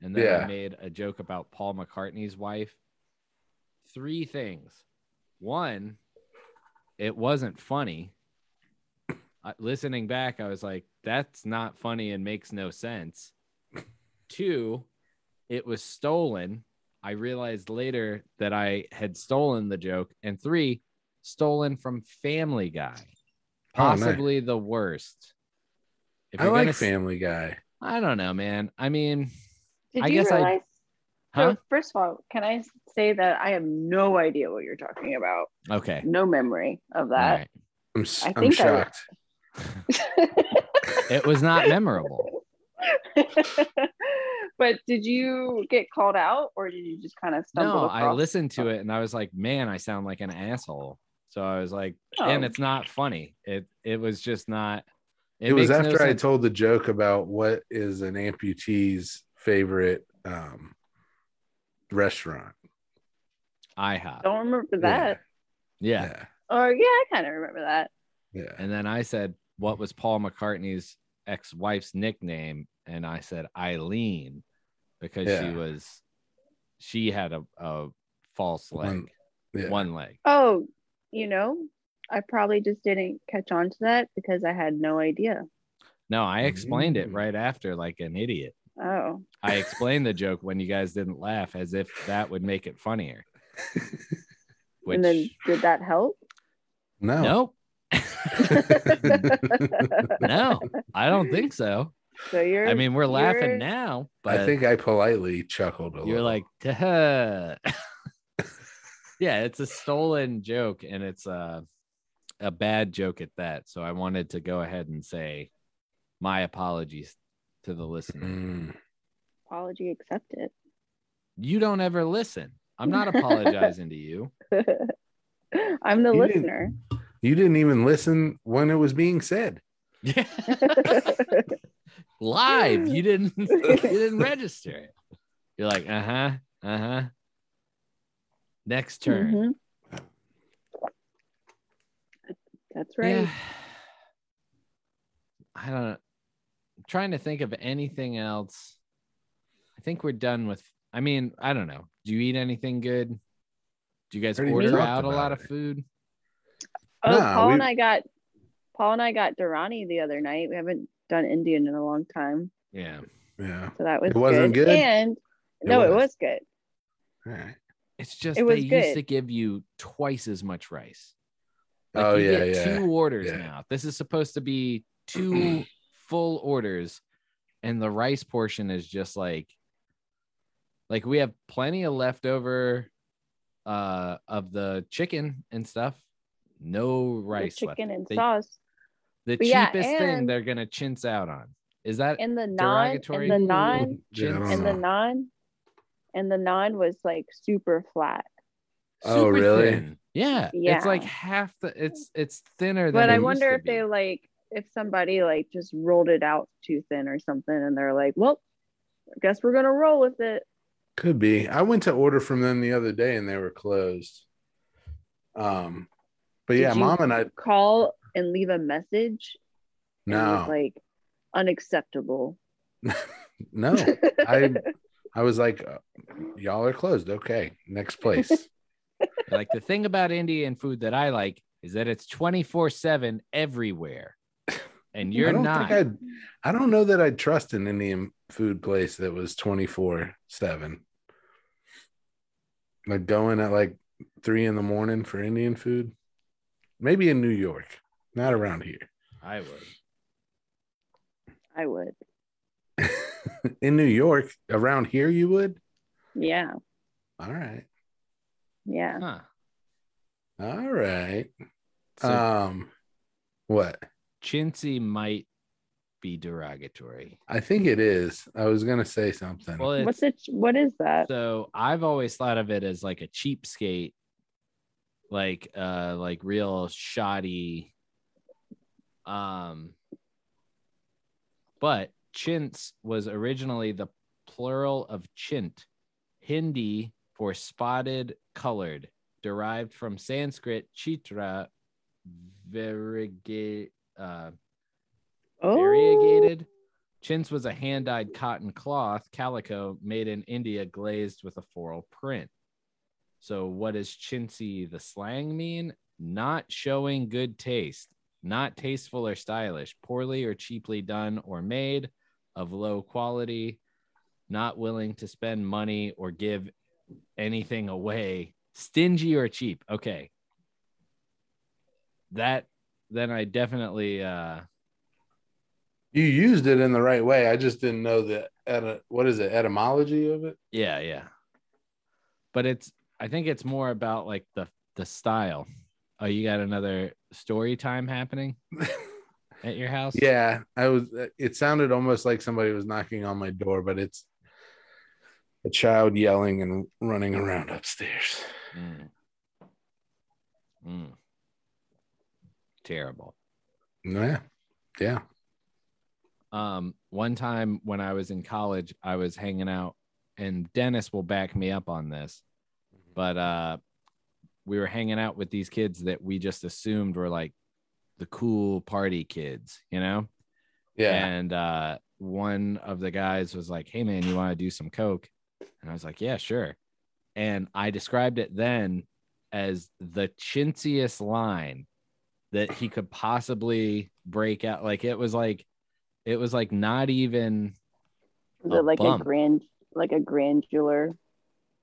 Speaker 2: and then I
Speaker 4: Yeah.
Speaker 2: made a joke about Paul McCartney's wife. Three things. One, it wasn't funny. I, listening back, I was like, that's not funny and makes no sense. Two, it was stolen. I realized later that I had stolen the joke. And three, stolen from Family Guy.
Speaker 4: Oh, nice.
Speaker 2: Possibly the worst. If
Speaker 4: I
Speaker 2: you're
Speaker 4: like
Speaker 2: gonna s-
Speaker 4: Family Guy.
Speaker 2: I don't know, man. I mean,
Speaker 3: Did
Speaker 2: I
Speaker 3: you
Speaker 2: guess I-
Speaker 3: realize?
Speaker 2: huh?
Speaker 3: So first of all, can I say that I have no idea what you're talking about?
Speaker 2: Okay.
Speaker 3: No memory of
Speaker 2: All
Speaker 3: that.
Speaker 2: right.
Speaker 4: I'm, s-
Speaker 3: I
Speaker 4: I'm
Speaker 3: think I-
Speaker 4: shocked.
Speaker 2: It was not memorable.
Speaker 3: but did you get called out or did you just kind of stumble
Speaker 2: No,
Speaker 3: across?
Speaker 2: I listened to it and I was like, man, I sound like an asshole. So I was like,
Speaker 3: Oh.
Speaker 2: and it's not funny. It it was just not.
Speaker 4: It, was
Speaker 2: makes no
Speaker 4: after I
Speaker 2: sense.
Speaker 4: told the joke about what is an amputee's favorite um, restaurant.
Speaker 2: IHOP.
Speaker 3: Don't remember that.
Speaker 2: Yeah.
Speaker 4: Yeah.
Speaker 3: Or yeah, I kind of remember that.
Speaker 4: Yeah. yeah.
Speaker 2: And then I said, What was Paul McCartney's ex wife's nickname? And I said, Eileen, because she
Speaker 4: Yeah.
Speaker 2: was, she had a, a false leg,
Speaker 4: One- yeah.
Speaker 2: one leg.
Speaker 3: Oh, you know, I probably just didn't catch on to that because I had no idea.
Speaker 2: No, I explained it
Speaker 4: Mm.
Speaker 2: right after like an idiot.
Speaker 3: Oh,
Speaker 2: I explained the joke when you guys didn't laugh as if that would make it funnier. Which,
Speaker 3: and then did that help?
Speaker 4: No.
Speaker 2: nope, no, I don't think so.
Speaker 3: so you're.
Speaker 2: I mean, we're
Speaker 3: you're-
Speaker 2: laughing now, but
Speaker 4: I think I politely chuckled a
Speaker 2: you're
Speaker 4: little.
Speaker 2: like "Duh." yeah it's a stolen joke and it's a a bad joke at that so i wanted to go ahead and say my apologies to the listener
Speaker 4: Mm.
Speaker 3: apology accepted.
Speaker 2: you don't ever listen i'm not apologizing to you
Speaker 3: I'm the
Speaker 4: You didn't-
Speaker 3: listener.
Speaker 4: You didn't even listen when it was being said.
Speaker 2: yeah live you didn't you didn't register it you're like uh-huh uh-huh next turn
Speaker 3: Mhm. That's right.
Speaker 2: Yeah. I don't know. I'm trying to think of anything else. I think we're done with. I mean, I don't know. Do you eat anything good? Do you guys
Speaker 4: Already
Speaker 2: order
Speaker 4: talked
Speaker 2: out a
Speaker 4: about
Speaker 2: lot
Speaker 4: it.
Speaker 2: of food?
Speaker 3: Oh,
Speaker 4: Nah,
Speaker 3: Paul
Speaker 4: we-
Speaker 3: and I got Paul and I got Durrani the other night. We haven't done Indian in a long time,
Speaker 2: Yeah.
Speaker 4: Yeah.
Speaker 3: so that was
Speaker 4: It wasn't good?
Speaker 3: And no, it
Speaker 4: was.
Speaker 3: was good.
Speaker 4: All right.
Speaker 2: It's just
Speaker 3: It was
Speaker 2: they used
Speaker 3: good.
Speaker 2: to give you twice as much rice.
Speaker 4: Oh,
Speaker 2: you
Speaker 4: yeah,
Speaker 2: get
Speaker 4: yeah,
Speaker 2: Two orders
Speaker 4: yeah.
Speaker 2: now. This is supposed to be two full orders, and the rice portion is just like, like we have plenty of leftover, uh, of the chicken and stuff. No
Speaker 3: The
Speaker 2: rice left.
Speaker 3: chicken and
Speaker 2: They-
Speaker 3: sauce
Speaker 2: The
Speaker 3: But
Speaker 2: cheapest
Speaker 3: yeah,
Speaker 2: thing
Speaker 3: and-
Speaker 2: they're gonna chintz out on is that
Speaker 3: and the naan
Speaker 2: derogatory?
Speaker 3: and the naan
Speaker 4: Yeah, I don't
Speaker 2: Chintz?
Speaker 3: and the naan and the naan was like super flat.
Speaker 4: Oh, really?
Speaker 2: thin. Yeah, It's like
Speaker 3: Yeah.
Speaker 2: half the. It's it's thinner than.
Speaker 3: But
Speaker 2: it
Speaker 3: I
Speaker 2: used
Speaker 3: wonder
Speaker 2: to
Speaker 3: if they
Speaker 2: be.
Speaker 3: like if somebody like just rolled it out too thin or something, and they're like, "Well, I guess we're gonna roll with it."
Speaker 4: Could be. I went to order from them the other day and they were closed. Um, but yeah,
Speaker 3: Did you
Speaker 4: mom and I
Speaker 3: call and leave a message. and it
Speaker 4: no,
Speaker 3: was, like unacceptable.
Speaker 4: no. I I was like, uh, y'all are closed. Okay, next place.
Speaker 2: like the thing about Indian food that I like is that it's 24 7 everywhere. And you're
Speaker 4: I don't
Speaker 2: not.
Speaker 4: Think I'd, I don't know that I'd trust an Indian food place that was twenty four seven. Like going at like three in the morning for Indian food, maybe in New York, not around here.
Speaker 2: I would.
Speaker 3: I would.
Speaker 4: in New York, around here, you would.
Speaker 3: Yeah.
Speaker 4: All right,
Speaker 3: Yeah.
Speaker 2: Huh.
Speaker 4: all right.
Speaker 2: So
Speaker 4: um, what?
Speaker 2: chintzy might be derogatory.
Speaker 4: I think it is. I was gonna say something.
Speaker 2: Well, it's,
Speaker 3: What's it? What is that?
Speaker 2: so I've always thought of it as like a cheapskate, like uh like real shoddy um but chintz was originally the plural of chint, Hindi for spotted colored, derived from Sanskrit chitra variega- uh,
Speaker 3: Oh,
Speaker 2: variegated. Chintz was a hand dyed cotton cloth calico made in India, glazed with a floral print. So, what does chintzy, the slang, mean? Not showing good taste, not tasteful or stylish, poorly or cheaply done or made, of low quality, not willing to spend money or give anything away, stingy or cheap. Okay. That, then I definitely, uh,
Speaker 4: you used it in the right way. I just didn't know the et- what is it etymology of it.
Speaker 2: Yeah, yeah. But it's I think it's more about like the the style. Oh, you got another story time happening at your house?
Speaker 4: Yeah, I was. It sounded almost like somebody was knocking on my door, but it's a child yelling and running around upstairs.
Speaker 2: Mm. Mm. Terrible.
Speaker 4: Yeah, yeah.
Speaker 2: um one time when i was in college i was hanging out and dennis will back me up on this but uh we were hanging out with these kids that we just assumed were like the cool party kids you know
Speaker 4: Yeah.
Speaker 2: and uh one of the guys was like hey man you want to do some coke and i was like yeah sure and i described it then as the chintziest line that he could possibly break out like it was like it was like not even
Speaker 3: Oh. Is
Speaker 2: A
Speaker 3: it like
Speaker 2: bump.
Speaker 3: a grand, like a grandular?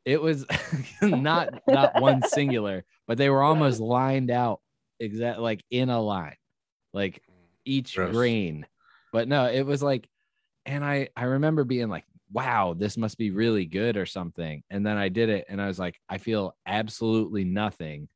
Speaker 2: it was not not one singular but they were almost lined out exact like in a line like each
Speaker 4: Gross.
Speaker 2: grain but no it was like and i i remember being like wow this must be really good or something and then i did it and i was like i feel absolutely nothing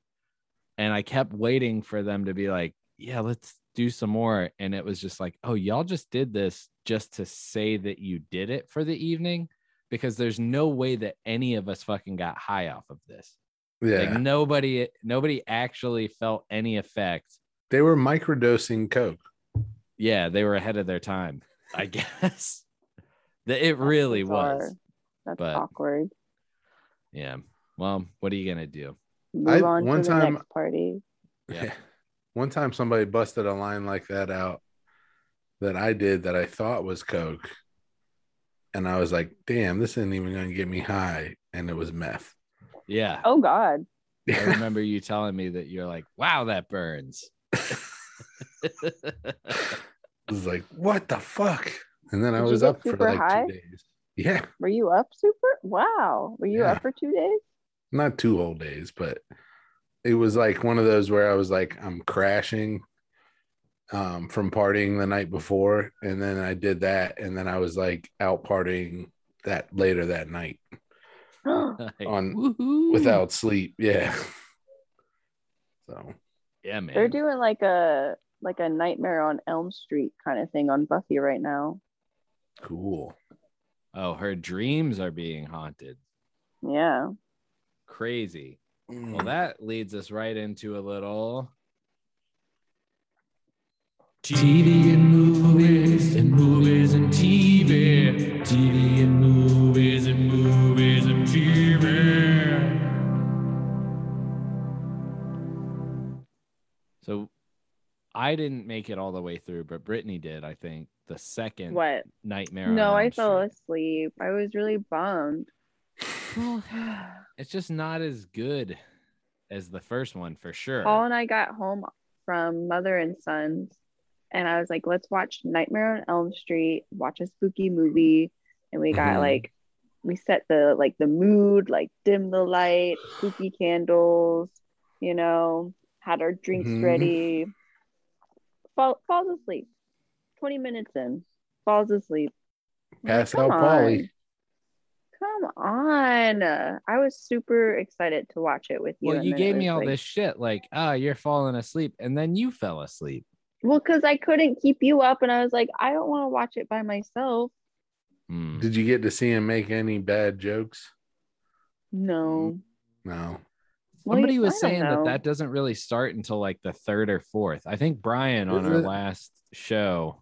Speaker 2: and i kept waiting for them to be like yeah let's do some more and it was just like oh y'all just did this just to say that you did it for the evening because there's no way that any of us fucking got high off of this
Speaker 4: yeah.
Speaker 2: like nobody nobody actually felt any effect
Speaker 4: they were microdosing Coke.
Speaker 2: yeah, they were ahead of their time, I guess. The- it really was.
Speaker 3: Bizarre. That's
Speaker 2: but-
Speaker 3: awkward.
Speaker 2: Yeah. Well, what are you gonna do?
Speaker 3: Move
Speaker 4: I-
Speaker 3: on
Speaker 4: one
Speaker 3: to the
Speaker 4: time-
Speaker 3: next party.
Speaker 2: Yeah.
Speaker 4: One time somebody busted a line like that out that I did that I thought was Coke. And I was like, damn, this isn't even going to get me high. And it was meth.
Speaker 2: Yeah.
Speaker 3: Oh God,
Speaker 2: I remember you telling me that you're like, wow, that burns.
Speaker 4: I was like, what the fuck? And then I
Speaker 3: Did you
Speaker 4: was
Speaker 3: get
Speaker 4: up for
Speaker 3: super
Speaker 4: like
Speaker 3: high?
Speaker 4: two days. Yeah.
Speaker 3: were you up super? Wow, were you
Speaker 4: Yeah.
Speaker 3: up for two days?
Speaker 4: Not two whole days, but it was like one of those where I was like, I'm crashing um, from partying the night before. And then I did that. And then I was like out partying that later that night.
Speaker 2: Like,
Speaker 4: On-
Speaker 2: woohoo.
Speaker 3: Hmm.
Speaker 4: without sleep. Yeah. So
Speaker 2: yeah, man.
Speaker 3: They're doing like a like a Nightmare on Elm Street kind of thing on Buffy right now.
Speaker 4: cool.
Speaker 2: oh, her dreams are being haunted.
Speaker 3: Yeah.
Speaker 2: Crazy.
Speaker 3: Hmm.
Speaker 2: Well, that leads us right into a little
Speaker 1: TV and movies and movies and TV. TV and movies and movies and TV.
Speaker 2: so I didn't make it all the way through, but Brittany did, I think, the second
Speaker 3: What?
Speaker 2: nightmare. on
Speaker 3: No,
Speaker 2: Elm
Speaker 3: I fell
Speaker 2: Street.
Speaker 3: asleep. I was really bummed. Hmm.
Speaker 2: it's just not as good as the first one for sure.
Speaker 3: Paul and I got home from Mother and Sons, and I was like, let's watch Nightmare on Elm Street, watch a spooky movie. And we got
Speaker 2: Mm-hmm.
Speaker 4: Mhm.
Speaker 3: like, we set the like the mood, like dim the light, spooky candles, you know, had our drinks
Speaker 2: Mm-hmm.
Speaker 4: Mhm.
Speaker 3: ready. Fall, falls asleep. 20 minutes in, falls asleep. I'm like,
Speaker 4: Pass out
Speaker 3: "Come
Speaker 4: Polly.
Speaker 3: Come on. I was super excited to watch it with you.
Speaker 2: well,
Speaker 3: and
Speaker 2: you
Speaker 3: then it
Speaker 2: gave me
Speaker 3: was,
Speaker 2: all
Speaker 3: like-
Speaker 2: this shit like, ah, you're falling asleep, and then you fell asleep.
Speaker 3: Well, because I couldn't keep you up, and I was like, I don't want to watch it by myself.
Speaker 2: Hmm.
Speaker 4: Did you get to see him make any bad jokes?
Speaker 2: Mm,
Speaker 3: No.
Speaker 4: No.
Speaker 3: Well,
Speaker 2: Somebody
Speaker 3: you-
Speaker 2: was
Speaker 3: I don't
Speaker 2: saying that
Speaker 3: know.
Speaker 2: that doesn't really start until like the third or fourth. I think Brian on
Speaker 4: Is
Speaker 2: our
Speaker 4: it?
Speaker 2: last show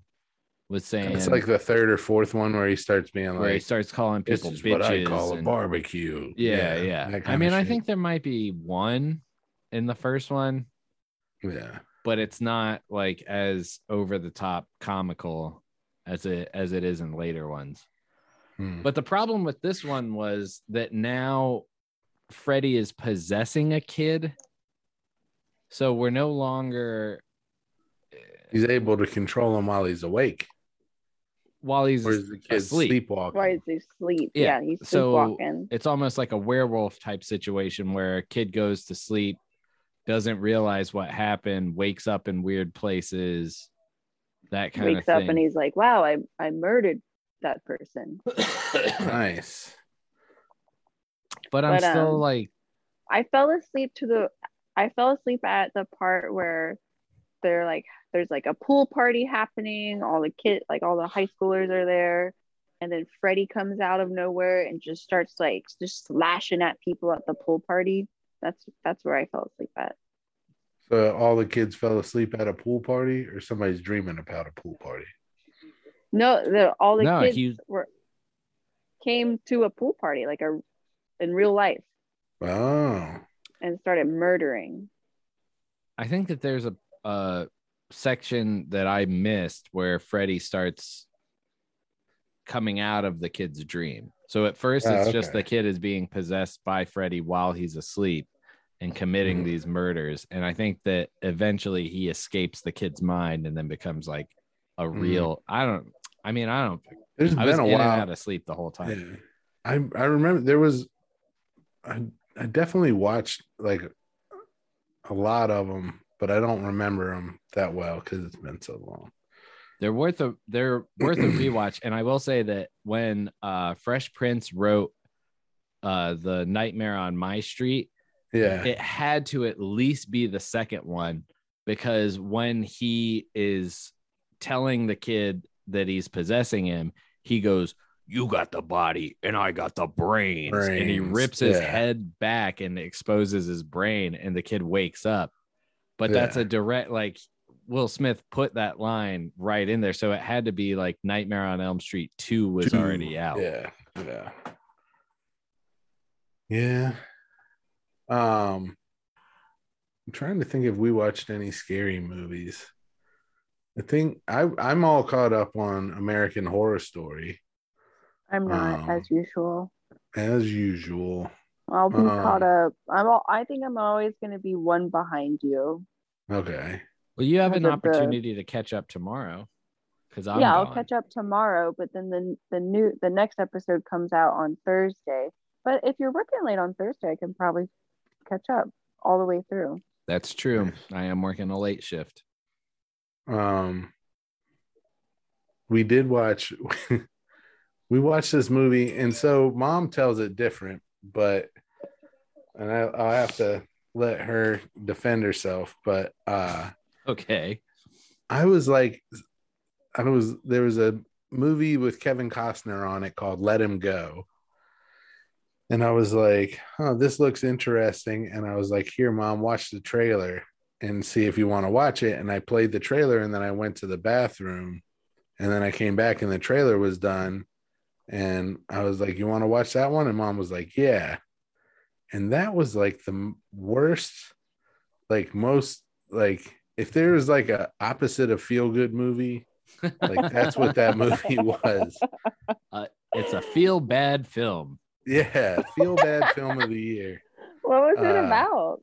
Speaker 2: was saying
Speaker 4: It's like the third or fourth one where he starts being
Speaker 2: where he
Speaker 4: like,
Speaker 2: starts calling
Speaker 4: this
Speaker 2: people
Speaker 4: is
Speaker 2: bitches.
Speaker 4: what I call a
Speaker 2: and-
Speaker 4: barbecue.
Speaker 2: yeah, yeah.
Speaker 4: that
Speaker 2: I
Speaker 4: kinda
Speaker 2: mean, I
Speaker 4: shit.
Speaker 2: think there might be one in the first one,
Speaker 4: Yeah.
Speaker 2: but it's not like as over the top comical as it as it is in later ones.
Speaker 4: Hmm.
Speaker 2: But the problem with this one was that now Freddy is possessing a kid. So we're no longer
Speaker 4: He's able to control him while he's awake.
Speaker 2: while he's
Speaker 4: Whereas the kid's
Speaker 2: asleep.
Speaker 4: sleepwalking.
Speaker 3: Why is he sleep?
Speaker 2: Yeah,
Speaker 3: Yeah, he's
Speaker 2: so-
Speaker 3: sleepwalking.
Speaker 2: it's almost like a werewolf type situation where a kid goes to sleep, doesn't realize what happened, wakes up in weird places, that kind
Speaker 3: Wakes
Speaker 2: of
Speaker 3: up
Speaker 2: thing.
Speaker 3: and he's like, "Wow, I I murdered that person."
Speaker 4: Nice.
Speaker 2: but I'm
Speaker 3: but,
Speaker 2: still
Speaker 3: um,
Speaker 2: like,
Speaker 3: I fell asleep to the. I fell asleep at the part where they're like, there's like a pool party happening. All the kid, like all the high schoolers are there, and then Freddy comes out of nowhere and just starts like just slashing at people at the pool party. That's that's where I fell asleep at.
Speaker 4: So all the kids fell asleep at a pool party, or somebody's dreaming about a pool party.
Speaker 3: No, the, all the
Speaker 2: no,
Speaker 3: kids
Speaker 2: he
Speaker 3: were came to a pool party, like a in real life.
Speaker 4: Oh,
Speaker 3: and started murdering.
Speaker 2: I think that there's a, a section that I missed where Freddy starts coming out of the kid's dream. So at first,
Speaker 4: Oh,
Speaker 2: it's just
Speaker 4: okay.
Speaker 2: the kid is being possessed by Freddy while he's asleep and committing
Speaker 4: Mhm.
Speaker 2: these murders. And I think that eventually he escapes the kid's mind and then becomes like a
Speaker 4: Mhm.
Speaker 2: real. I don't. I mean, I don't.
Speaker 4: there's
Speaker 2: I was
Speaker 4: been a
Speaker 2: in and out
Speaker 4: while.
Speaker 2: of sleep the whole time.
Speaker 4: Yeah. I I remember there was. I I definitely watched like a lot of them, but I don't remember them that well because it's been so long.
Speaker 2: they're worth a they're worth a rewatch and i will say that when uh fresh prince wrote uh the nightmare on my street
Speaker 4: Yeah.
Speaker 2: it had to at least be the second one because when he is telling the kid that he's possessing him he goes you got the body and i got the brains, and he
Speaker 4: Brains,
Speaker 2: rips his
Speaker 4: yeah.
Speaker 2: head back and exposes his brain and the kid wakes up but that's
Speaker 4: Yeah.
Speaker 2: a direct like will smith put that line right in there so it had to be like nightmare on elm street 2 was
Speaker 4: Two.
Speaker 2: already out
Speaker 4: Yeah, yeah, yeah. Um, I'm trying to think if we watched any scary movies. I think I I'm all caught up on American Horror Story
Speaker 3: I'm not
Speaker 4: Wow.
Speaker 3: as usual.
Speaker 4: as usual.
Speaker 3: I'll be caught
Speaker 4: Um.
Speaker 3: up. I'm. All, I think I'm always going to be one behind you.
Speaker 4: Okay,
Speaker 2: well you have an
Speaker 3: Look at the-
Speaker 2: opportunity to catch up tomorrow because i'm
Speaker 3: yeah, I'll
Speaker 2: gone.
Speaker 3: catch up tomorrow. But then the the new the next episode comes out on Thursday. But if you're working late on Thursday, I can probably catch up all the way through.
Speaker 2: That's true.
Speaker 4: Nice.
Speaker 2: I am working a late shift.
Speaker 4: um, we did watch we watched this movie, and so Mom tells it different, but and I, I'll have to let her defend herself, but uh.
Speaker 2: Okay.
Speaker 4: I was like, I was there was a movie with Kevin Costner on it called Let Him Go. And I was like, huh, this looks interesting. And I was like, here, mom, watch the trailer and see if you want to watch it. And I played the trailer and then I went to the bathroom and then I came back and the trailer was done. And I was like, you want to watch that one? And mom was like, yeah. And that was like the m- worst, like most, like if there was like a opposite of feel good movie, like that's what that movie was.
Speaker 2: It's a feel bad film.
Speaker 4: Yeah, feel bad film of the year.
Speaker 3: What was it
Speaker 4: Uh,
Speaker 3: about?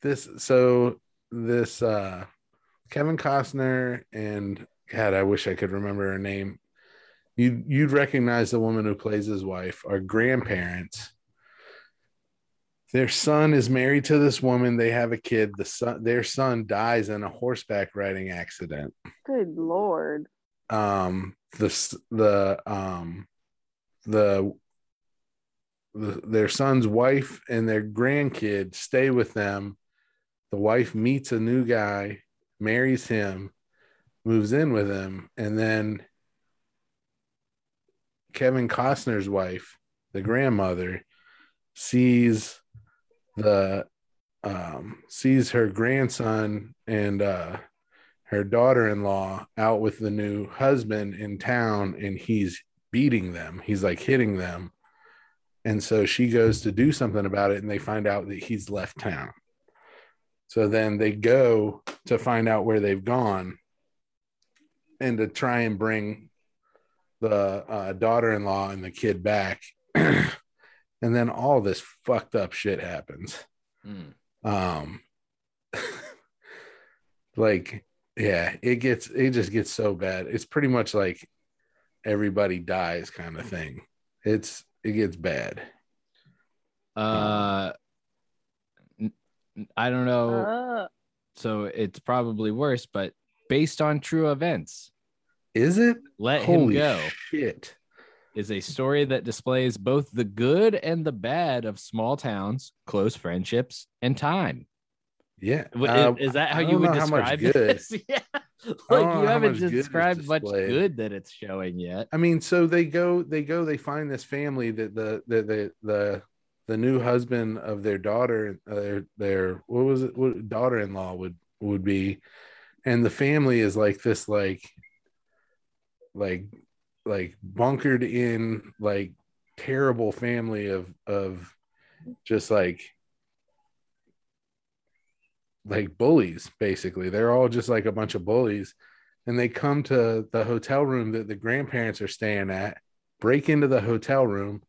Speaker 4: This so this uh Kevin Costner and God, I wish I could remember her name. You you'd recognize the woman who plays his wife are grandparents. Their son is married to this woman. They have a kid. The son, their son dies in a horseback riding accident.
Speaker 3: Good lord.
Speaker 4: um the s- the um the, the their son's wife and their grandkid stay with them the wife meets a new guy marries him moves in with him and then kevin costner's wife the grandmother sees the um sees her grandson and uh her daughter-in-law out with the new husband in town and he's beating them he's like hitting them and so she goes to do something about it and they find out that he's left town so then they go to find out where they've gone and to try and bring the uh, daughter-in-law and the kid back and then all this fucked up shit happens
Speaker 2: Mm.
Speaker 4: um like yeah it gets it just gets so bad it's pretty much like everybody dies kind of thing it's it gets bad
Speaker 2: Uh, n- n- I don't know.
Speaker 3: Uh,
Speaker 2: so it's probably worse, but based on true events,
Speaker 4: is it
Speaker 2: Let
Speaker 4: holy
Speaker 2: Him Go
Speaker 4: shit
Speaker 2: is a story that displays both the good and the bad of small towns, close friendships, and time.
Speaker 4: yeah
Speaker 2: W-
Speaker 4: uh,
Speaker 2: is, is that how
Speaker 4: I
Speaker 2: you
Speaker 4: don't
Speaker 2: would
Speaker 4: know how
Speaker 2: describe
Speaker 4: much good.
Speaker 2: this? yeah.
Speaker 4: know
Speaker 2: Like you
Speaker 4: how
Speaker 2: haven't
Speaker 4: much good is
Speaker 2: described much
Speaker 4: displayed.
Speaker 2: good that it's showing yet.
Speaker 4: i mean so they go they go they find this family that the the the, the the new husband of their daughter, uh, their their what was it? What daughter-in-law would would be, and the family is like this, like like like bunkered in like terrible family of of just like like bullies basically they're all just like a bunch of bullies and they come to the hotel room that the grandparents are staying at break into the hotel room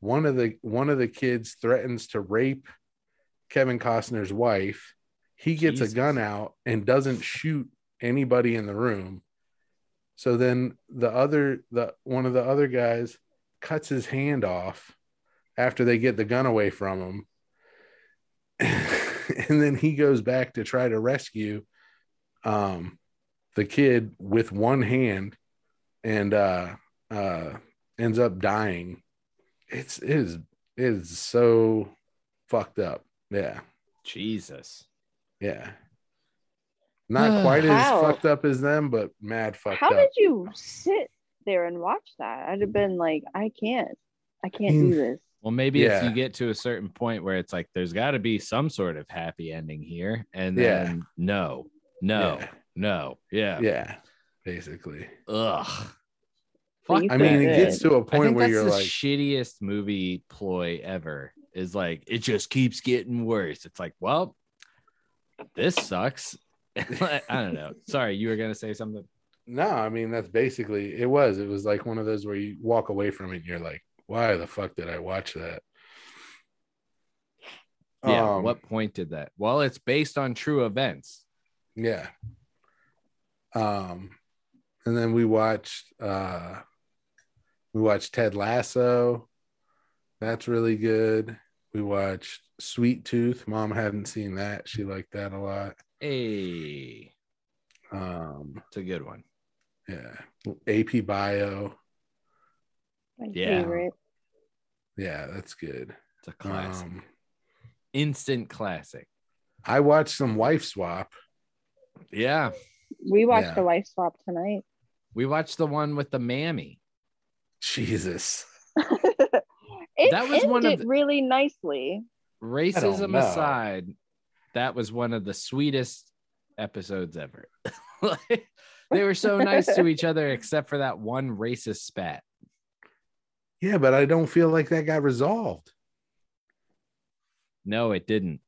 Speaker 4: one of the one of the kids threatens to rape kevin costner's wife he gets
Speaker 2: Jesus.
Speaker 4: a gun out and doesn't shoot anybody in the room so then the other the one of the other guys cuts his hand off after they get the gun away from him. and then he goes back to try to rescue um the kid with one hand and uh uh ends up dying. It's it is it is so fucked up. Yeah.
Speaker 2: Jesus.
Speaker 4: Yeah. Not quite as
Speaker 3: How?
Speaker 4: fucked up as them, but mad fucked
Speaker 3: How
Speaker 4: up.
Speaker 3: did you sit there and watch that? I'd have been like, I can't, I can't do this.
Speaker 2: Well, maybe if
Speaker 4: Yeah.
Speaker 2: you get to a certain point where it's like there's got to be some sort of happy ending here, and
Speaker 4: Yeah.
Speaker 2: then no, no,
Speaker 4: Yeah.
Speaker 2: no, yeah,
Speaker 4: yeah, basically.
Speaker 2: ugh.
Speaker 3: So
Speaker 2: Fuck
Speaker 3: you
Speaker 4: I mean, it
Speaker 3: Yeah.
Speaker 4: gets to a
Speaker 2: I
Speaker 4: point
Speaker 2: think
Speaker 4: where
Speaker 2: that's
Speaker 4: you're
Speaker 2: the
Speaker 4: like,
Speaker 2: shittiest movie ploy ever. Is like it just keeps getting worse. It's like, well, this sucks. I don't know. Sorry, you were gonna say something.
Speaker 4: No, I mean that's basically it was. It was like one of those where you walk away from it and you're like, why the fuck did I watch that?
Speaker 2: Yeah.
Speaker 4: Um,
Speaker 2: what point did that? Well, it's based on true events.
Speaker 4: Yeah. Um and then we watched uh we watched Ted Lasso. That's really good. We watched Sweet Tooth. Mom hadn't seen that. She liked that a lot.
Speaker 2: Hey,
Speaker 4: Um
Speaker 2: it's a good one.
Speaker 4: yeah. AP Bio.
Speaker 3: My
Speaker 2: Yeah.
Speaker 3: favorite.
Speaker 4: Yeah, that's good.
Speaker 2: It's a classic,
Speaker 4: Um
Speaker 2: instant classic.
Speaker 4: I watched some wife swap.
Speaker 2: Yeah,
Speaker 3: We watched
Speaker 4: Yeah.
Speaker 3: the wife swap tonight.
Speaker 2: we watched the one with the mammy.
Speaker 4: Jesus.
Speaker 3: it
Speaker 2: That was one of
Speaker 3: ended
Speaker 2: the-
Speaker 3: really nicely.
Speaker 2: Racism
Speaker 4: know.
Speaker 2: aside, that was one of the sweetest episodes ever. Like, they were so nice to each other, except for that one racist spat.
Speaker 4: Yeah, but I don't feel like that got resolved.
Speaker 2: No, it didn't.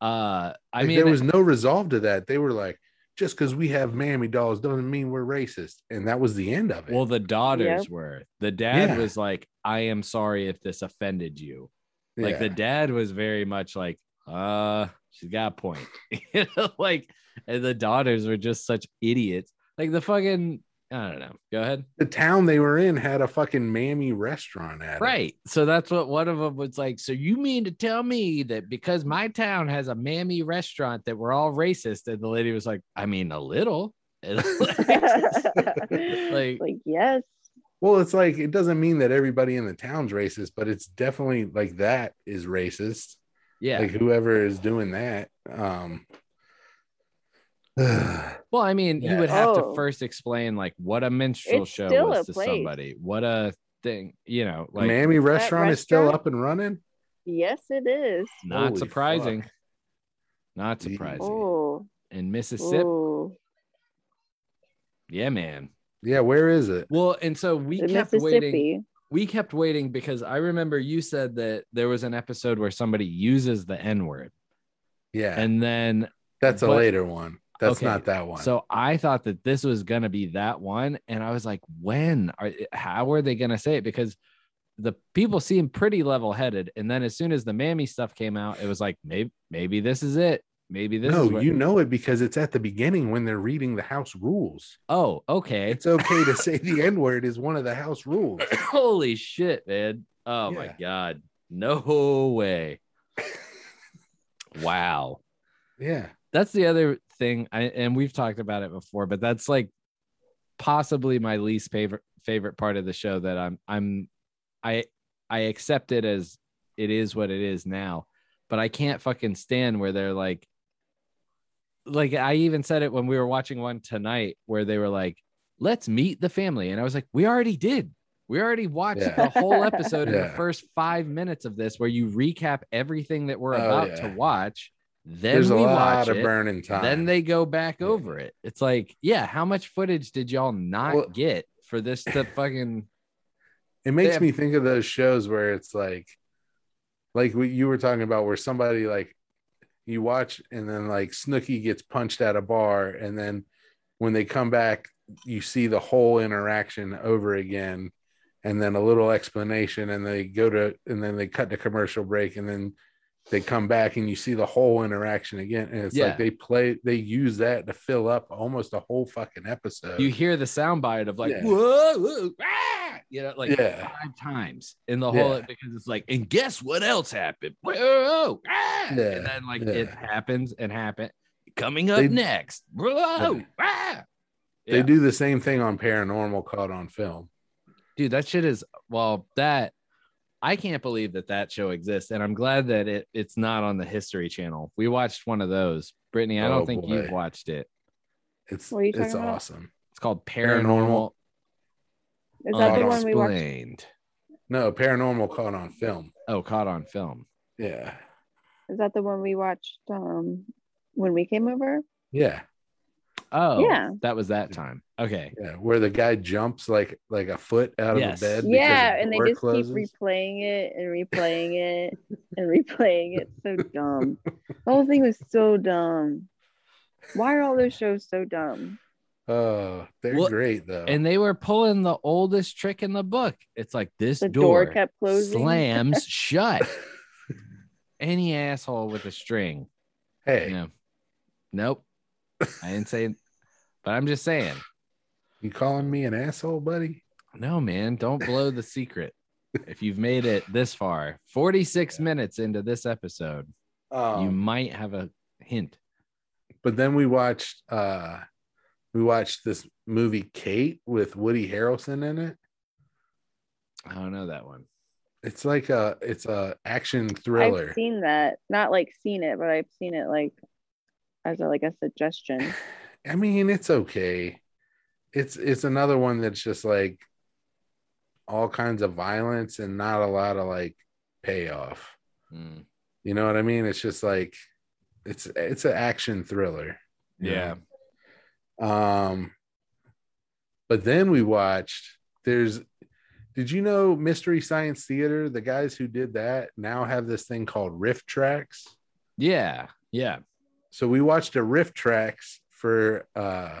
Speaker 2: Uh, I
Speaker 4: Like,
Speaker 2: mean,
Speaker 4: there was no resolve to that. They were like, just because we have mammy dolls doesn't mean we're racist. And that was the end of it.
Speaker 2: well, the daughters
Speaker 3: Yep.
Speaker 2: were. The dad
Speaker 4: Yeah.
Speaker 2: was like, "I am sorry if this offended you." Like
Speaker 4: Yeah.
Speaker 2: the dad was very much like, uh, she's got a point. you know, like and the daughters were just such idiots. Like the fucking I don't know. Go ahead.
Speaker 4: the town they were in had a fucking mammy restaurant at it.
Speaker 2: Right. So that's what one of them was like. So you mean to tell me that because my town has a mammy restaurant that we're all racist? And the lady was like, I mean a little. And,
Speaker 3: like, yes.
Speaker 4: Well, it's like it doesn't mean that everybody in the town's racist, but it's definitely like that is racist.
Speaker 2: yeah.
Speaker 4: Like whoever is doing that. Um
Speaker 2: Well, I mean, you
Speaker 4: Yeah.
Speaker 2: would have to
Speaker 3: Oh.
Speaker 2: first explain like what a minstrel
Speaker 3: It's
Speaker 2: show
Speaker 3: still
Speaker 2: was
Speaker 3: a
Speaker 2: to
Speaker 3: place.
Speaker 2: somebody, what a thing, you know, like
Speaker 4: mammy restaurant, is still
Speaker 3: restaurant?
Speaker 4: up and running.
Speaker 3: Yes, it is.
Speaker 2: not
Speaker 4: Holy
Speaker 2: surprising.
Speaker 4: fuck.
Speaker 2: Not
Speaker 4: Gee.
Speaker 2: surprising.
Speaker 3: Oh,
Speaker 2: in Mississippi.
Speaker 3: oh.
Speaker 2: Yeah, man.
Speaker 4: Yeah, where is it?
Speaker 2: Well, and so we
Speaker 3: In
Speaker 2: kept
Speaker 3: Mississippi.
Speaker 2: waiting. We kept waiting because I remember you said that there was an episode where somebody uses the N word.
Speaker 4: Yeah.
Speaker 2: And then
Speaker 4: That's a
Speaker 2: But-
Speaker 4: later one. That's
Speaker 2: Okay,
Speaker 4: not that one.
Speaker 2: so I thought that this was going to be that one and I was like, "When are how are they going to say it because the people seem pretty level-headed and then as soon as the mammy stuff came out, it was like, "Maybe maybe this is it. Maybe this
Speaker 4: no,
Speaker 2: is what-
Speaker 4: you know it because it's at the beginning when they're reading the house rules.
Speaker 2: Oh, okay.
Speaker 4: It's okay to say the N word is one of the house rules.
Speaker 2: Holy shit, man. Oh my
Speaker 4: Yeah.
Speaker 2: god. No way. wow.
Speaker 4: Yeah.
Speaker 2: That's the other thing I and we've talked about it before, but that's like possibly my least favorite favorite part of the show that I'm I'm I I accept it as it is what it is now, but I can't fucking stand where they're like like I even said it when we were watching one tonight where they were like, "Let's meet the family." And I was like, "We already did. We already watched
Speaker 4: Yeah.
Speaker 2: the whole episode in the
Speaker 4: Yeah.
Speaker 2: first 5 minutes of this where you recap everything that we're
Speaker 4: Oh,
Speaker 2: about
Speaker 4: yeah.
Speaker 2: to watch." Then
Speaker 4: There's
Speaker 2: we
Speaker 4: a
Speaker 2: watch
Speaker 4: lot of
Speaker 2: it.
Speaker 4: burning time.
Speaker 2: Then they go back
Speaker 4: Yeah.
Speaker 2: over it. It's like, yeah, how much footage did y'all not
Speaker 4: Well-
Speaker 2: get for this to fucking
Speaker 4: it makes
Speaker 2: have-
Speaker 4: me think of those shows where it's like like what you were talking about where somebody like you watch and then like Snooky gets punched at a bar and then when they come back you see the whole interaction over again and then a little explanation and they go to and then they cut to commercial break and then they come back and you see the whole interaction again and it's
Speaker 2: Yeah.
Speaker 4: like they play they use that to fill up almost a whole fucking episode
Speaker 2: You hear the soundbite of like
Speaker 4: Yeah.
Speaker 2: whoa, whoa, ah," you know, like
Speaker 4: Yeah.
Speaker 2: five times in the whole
Speaker 4: Yeah.
Speaker 2: because it's like, and guess what else happened? Whoa, ah,"
Speaker 4: Yeah,
Speaker 2: and then like
Speaker 4: yeah.
Speaker 2: it happens and happen. Coming up
Speaker 4: They-
Speaker 2: next, whoa, ah."
Speaker 4: they
Speaker 2: Yeah.
Speaker 4: do the same thing on paranormal caught on film
Speaker 2: dude that shit is well that i can't believe that that show exists and i'm glad that it it's not on the history channel we watched one of those brittany i don't
Speaker 4: Oh,
Speaker 2: think
Speaker 4: boy.
Speaker 2: you've watched it
Speaker 4: it's
Speaker 3: What are you talking
Speaker 4: it's
Speaker 3: about?
Speaker 4: awesome
Speaker 2: it's called paranormal,
Speaker 4: Paranormal
Speaker 3: Is that the
Speaker 4: Oh,
Speaker 3: one we watched?
Speaker 2: explained
Speaker 4: no paranormal caught on film
Speaker 2: oh caught on film
Speaker 4: yeah
Speaker 3: Is that the one we watched um when we came over?
Speaker 4: yeah
Speaker 2: oh
Speaker 3: Yeah.
Speaker 2: that was that time okay
Speaker 4: yeah where the guy jumps like like a foot out
Speaker 2: Yes.
Speaker 4: of the bed because
Speaker 3: Yeah,
Speaker 4: the
Speaker 3: and they
Speaker 4: door
Speaker 3: just
Speaker 4: closes.
Speaker 3: keep replaying it and replaying it and replaying it. So dumb. The whole thing was so dumb. Why are all those shows so dumb?
Speaker 4: oh they're
Speaker 2: Well,
Speaker 4: great though
Speaker 2: and they were pulling the oldest trick in the book it's like this
Speaker 3: The
Speaker 2: door,
Speaker 3: door, kept closing.
Speaker 2: slams shut any asshole with a string
Speaker 4: hey
Speaker 2: Yeah. Nope. I didn't say, but I'm just saying.
Speaker 4: you calling me an asshole buddy
Speaker 2: No, man, don't blow the secret. If you've made it this far, 46 minutes into this episode, you
Speaker 4: um,
Speaker 2: might have a hint.
Speaker 4: but then we watched uh we watched this movie kate with woody harrelson in it
Speaker 2: I don't know that one.
Speaker 4: it's like a it's a action
Speaker 3: I've
Speaker 4: thriller
Speaker 3: seen that. Not like seen it, but I've seen it like as a, like a suggestion.
Speaker 4: I mean, it's okay. It's it's another one that's just like all kinds of violence and not a lot of like payoff.
Speaker 2: Mm,
Speaker 4: You know what I mean? It's just like it's it's an action thriller. you
Speaker 2: Yeah.
Speaker 4: know? Um but then we watched there's did you know Mystery Science Theater, the guys who did that now have this thing called Rift Tracks?
Speaker 2: Yeah. Yeah.
Speaker 4: so we watched a riff tracks for uh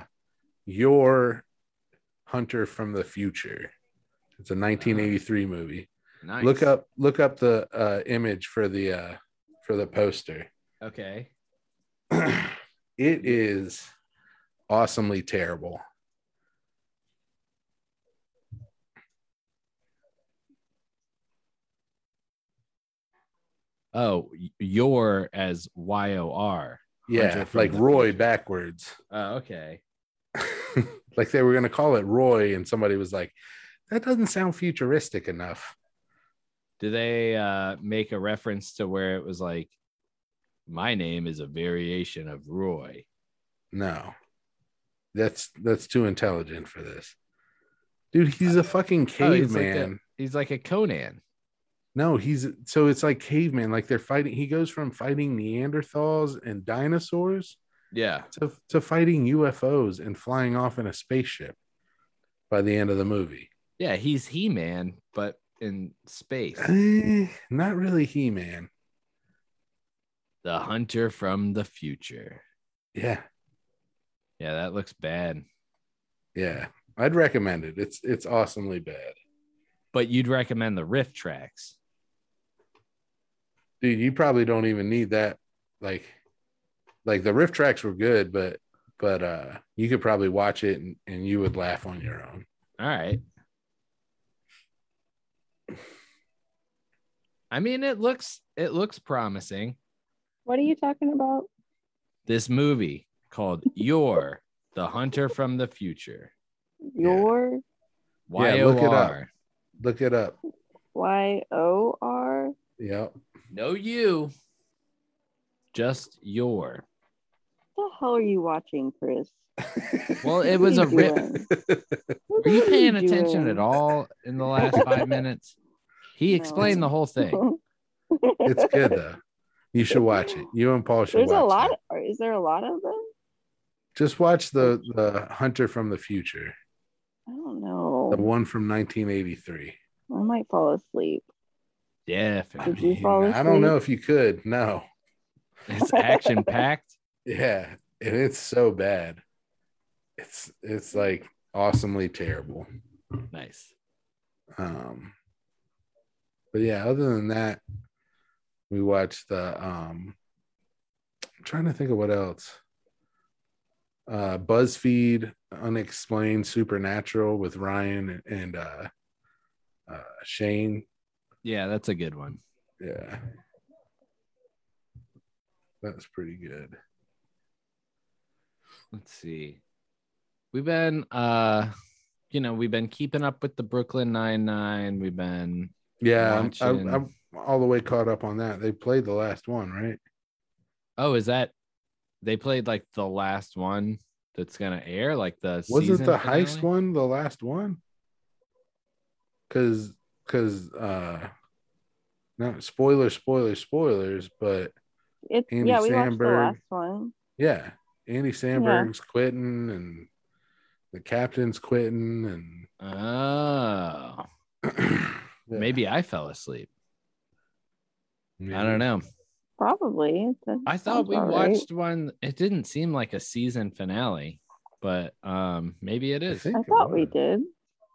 Speaker 4: your hunter from the future it's a 1983 movie
Speaker 2: Nice.
Speaker 4: look up look up the uh image for the uh for the poster
Speaker 2: Okay.
Speaker 4: it is awesomely terrible
Speaker 2: Oh, y- your as Y O R.
Speaker 4: yeah
Speaker 2: Hunter from
Speaker 4: like
Speaker 2: the
Speaker 4: roy
Speaker 2: Future.
Speaker 4: backwards
Speaker 2: Oh, okay.
Speaker 4: like they were going to call it roy and somebody was like that doesn't sound futuristic enough
Speaker 2: Do they uh, make a reference to where it was like, my name is a variation of Roy?
Speaker 4: No. That's that's too intelligent for this. Dude, he's a fucking
Speaker 2: Oh, he's like
Speaker 4: caveman.
Speaker 2: He's like a Conan.
Speaker 4: no, he's so it's like caveman, like they're fighting. He goes from fighting Neanderthals and dinosaurs
Speaker 2: Yeah.
Speaker 4: to, to fighting UFOs and flying off in a spaceship by the end of the movie.
Speaker 2: Yeah, he's He Man, but in space.
Speaker 4: Eh, not really he man.
Speaker 2: the hunter from the future.
Speaker 4: Yeah,
Speaker 2: Yeah, that looks bad.
Speaker 4: yeah. I'd recommend it. It's it's awesomely bad.
Speaker 2: But you'd recommend the riff tracks.
Speaker 4: dude you probably don't even need that like like the riff tracks were good but but uh you could probably watch it and, and you would laugh on your own
Speaker 2: All right. I mean, it looks it looks promising.
Speaker 3: what are you talking about?
Speaker 2: This movie called You're the Hunter from the Future.
Speaker 3: Your
Speaker 2: Y
Speaker 4: Yeah,
Speaker 2: O
Speaker 4: look it up.
Speaker 2: R.
Speaker 4: look it up
Speaker 3: Y O R.
Speaker 4: yeah
Speaker 2: No you. Just your.
Speaker 3: What the hell are you watching, Chris?
Speaker 2: Well, it was a rip. Were you paying attention at
Speaker 3: all?
Speaker 2: all in the last five minutes? He
Speaker 3: No.
Speaker 2: explained the whole thing.
Speaker 4: it's good though you should watch it you and paul should
Speaker 3: There's
Speaker 4: watch
Speaker 3: a lot.
Speaker 4: it.
Speaker 3: Of, is there a lot of them?
Speaker 4: just watch the the hunter from the future
Speaker 3: I don't
Speaker 4: the
Speaker 3: know.
Speaker 4: one from 1983
Speaker 3: I might fall asleep.
Speaker 2: Definitely.
Speaker 3: Did you fall
Speaker 4: I don't
Speaker 3: asleep?
Speaker 4: know if you could. No.
Speaker 2: It's action packed.
Speaker 4: Yeah, and it's so bad. It's it's like awesomely terrible.
Speaker 2: Nice.
Speaker 4: Um but yeah, other than that, we watched the um I'm trying to think of what else. Uh BuzzFeed Unexplained Supernatural with Ryan and uh uh Shane.
Speaker 2: Yeah, that's a good one.
Speaker 4: Yeah. That's pretty good.
Speaker 2: Let's see. We've been uh you know, we've been keeping up with the Brooklyn Nine Nine. We've been
Speaker 4: Yeah, I'm,
Speaker 2: watching-
Speaker 4: I'm, I'm all the way caught up on that. They played the last one, right?
Speaker 2: oh, is that they played like the last one that's gonna air? Like the
Speaker 4: Wasn't
Speaker 2: season
Speaker 4: the
Speaker 2: finale?
Speaker 4: heist one the last one? Because, because, uh, not spoiler, spoiler, spoilers, but
Speaker 3: It's
Speaker 4: Andy
Speaker 3: yeah, we
Speaker 4: Samberg.
Speaker 3: watched the last one.
Speaker 4: yeah, Andy Sandberg's quitting and the captain's quitting,
Speaker 2: Oh.
Speaker 4: and Yeah,
Speaker 2: Maybe I fell asleep. I don't know.
Speaker 3: Probably. That
Speaker 2: I
Speaker 3: sounds
Speaker 2: thought we
Speaker 3: all right.
Speaker 2: watched one. It didn't seem like a season finale, but um maybe it
Speaker 4: I
Speaker 2: is.
Speaker 4: think
Speaker 3: I
Speaker 4: it
Speaker 3: thought we
Speaker 4: was.
Speaker 3: did.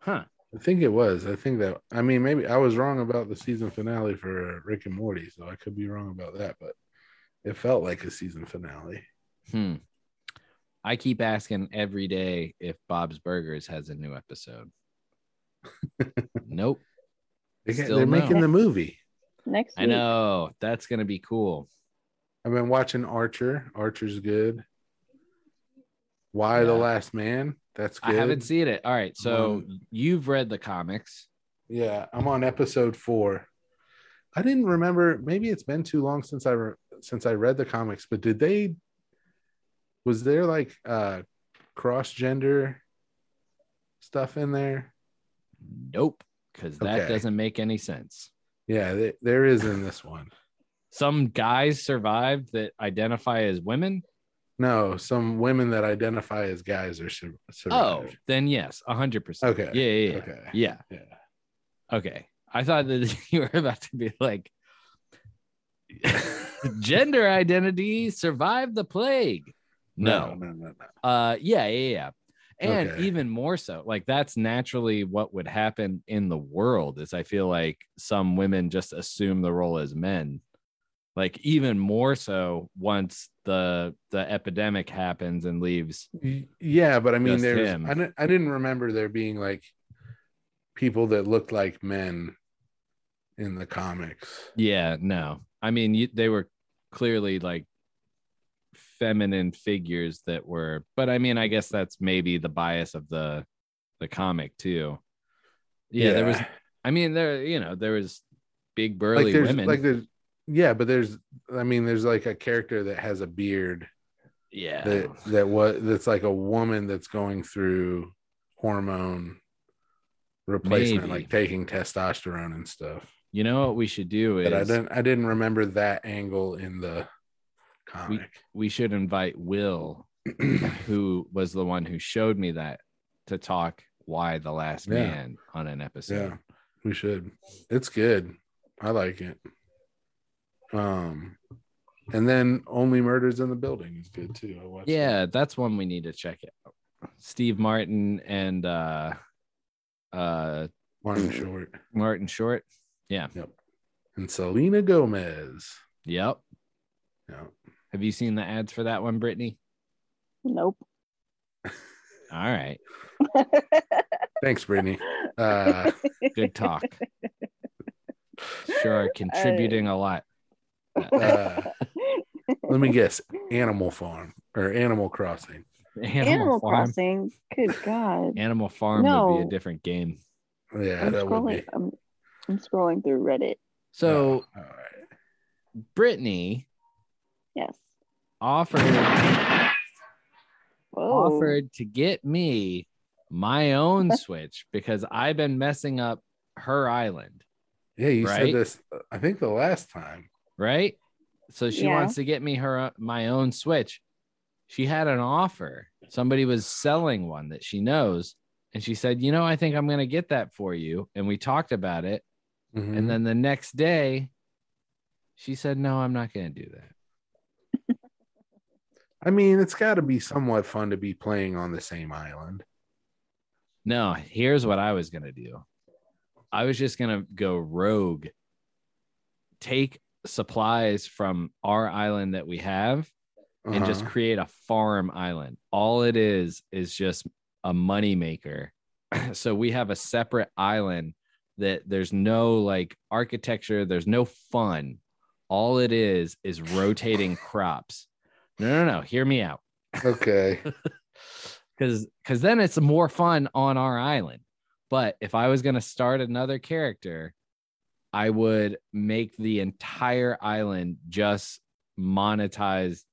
Speaker 2: Huh.
Speaker 4: I think it was. I think that. I mean, maybe I was wrong about the season finale for Rick and Morty, so I could be wrong about that. But it felt like a season finale.
Speaker 2: Hmm. I keep asking every day if Bob's Burgers has a new episode. nope.
Speaker 4: They
Speaker 2: Still
Speaker 4: are
Speaker 2: no.
Speaker 4: making the movie.
Speaker 3: Next week.
Speaker 2: I know. That's going to be cool.
Speaker 4: I've been watching Archer. Archer's good. Why the
Speaker 2: Yeah.
Speaker 4: Last Man? That's good.
Speaker 2: I haven't seen it. All right. So
Speaker 4: Um,
Speaker 2: you've read the comics.
Speaker 4: Yeah, I'm on episode four. I didn't remember. Maybe it's been too long since I re- since I read the comics. But did they? Was there like uh cross gender stuff in there?
Speaker 2: Nope. Because that
Speaker 4: Okay.
Speaker 2: doesn't make any sense.
Speaker 4: Yeah, th- there is in this one.
Speaker 2: Some guys survived that identify as women.
Speaker 4: No, some women that identify as guys are sur-
Speaker 2: Oh,
Speaker 4: survived.
Speaker 2: then yes, 100%.
Speaker 4: Okay.
Speaker 2: Oh. Yeah. Yeah. Yeah.
Speaker 4: okay.
Speaker 2: yeah.
Speaker 4: Yeah.
Speaker 2: Okay. I thought that you were about to be like, gender identity survived the plague. No.
Speaker 4: no, no, no.
Speaker 2: Uh yeah, yeah, yeah. And
Speaker 4: Okay.
Speaker 2: even more so, like that's naturally what would happen in the world is I feel like some women just assume the role as men. Like even more so once the the epidemic happens and leaves.
Speaker 4: Y- Yeah, but I mean,
Speaker 2: Just
Speaker 4: there's.
Speaker 2: him.
Speaker 4: I didn't. I didn't remember there being like people that looked like men in the comics.
Speaker 2: Yeah, no. I mean, you, they were clearly like feminine figures that were but I mean, I guess that's maybe the bias of the the comic too. yeah. there was I mean, there you know there was big burly
Speaker 4: like there's
Speaker 2: women.
Speaker 4: like there's yeah, but there's. I mean, there's like a character that has a beard
Speaker 2: yeah,
Speaker 4: that that what that's like a woman that's going through hormone replacement
Speaker 2: Maybe.
Speaker 4: like taking testosterone and stuff
Speaker 2: you know what we should do
Speaker 4: but i
Speaker 2: is
Speaker 4: didn't i didn't remember that angle in the comic
Speaker 2: we should invite Will, who was the one who showed me that, to talk why the last
Speaker 4: Yeah.
Speaker 2: man on an
Speaker 4: yeah
Speaker 2: episode.
Speaker 4: we should it's good i like it um and then only murders in the building is good too I watched
Speaker 2: Yeah, that's one we need to check out. Steve Martin and uh, uh,
Speaker 4: that. martin short
Speaker 2: Martin Short.
Speaker 4: and selena gomez
Speaker 2: Yep.
Speaker 4: yeah
Speaker 2: Have you seen the ads for that one, Brittany?
Speaker 3: Nope.
Speaker 2: All right.
Speaker 4: thanks brittany uh
Speaker 2: Good talk. sure, contributing a lot.
Speaker 4: uh, let me guess Animal Farm or Animal Crossing.
Speaker 2: Animal,
Speaker 3: Animal
Speaker 2: Farm.
Speaker 3: Crossing. Good God.
Speaker 2: Animal Farm would be a
Speaker 3: No.
Speaker 2: different game.
Speaker 4: Yeah,
Speaker 3: I'm
Speaker 4: that would
Speaker 3: scrolling.
Speaker 4: be.
Speaker 3: I'm, I'm scrolling through Reddit.
Speaker 2: So
Speaker 4: Oh, all right.
Speaker 2: Brittany
Speaker 3: Yes.
Speaker 2: offered
Speaker 3: Whoa.
Speaker 2: offered to get me my own Switch because I've been messing up her island,
Speaker 4: yeah, you
Speaker 2: Right?
Speaker 4: said this. uh, I think the last time.
Speaker 2: right? So she
Speaker 3: Yeah.
Speaker 2: wants to get me her uh, my own Switch. She had an offer. Somebody was selling one that she knows, and she said, "You know, I think I'm going to get that for you." And we talked about it,
Speaker 4: Mm-hmm.
Speaker 2: And then the next day, she said, No, I'm not going to do that.
Speaker 4: I mean, it's got to be somewhat fun to be playing on the same island.
Speaker 2: No, here's what I was going to do I was just going to go rogue, take supplies from our island that we have and just
Speaker 4: Uh-huh.
Speaker 2: create a farm island. All it is is just a moneymaker. so we have a separate island that there's no like architecture, there's no fun. All it is is rotating crops. No, no, no. Hear me out.
Speaker 4: Uh-huh. okay.
Speaker 2: Cause because then it's more fun on our island. But if I was gonna start another character, I would make the entire island just monetized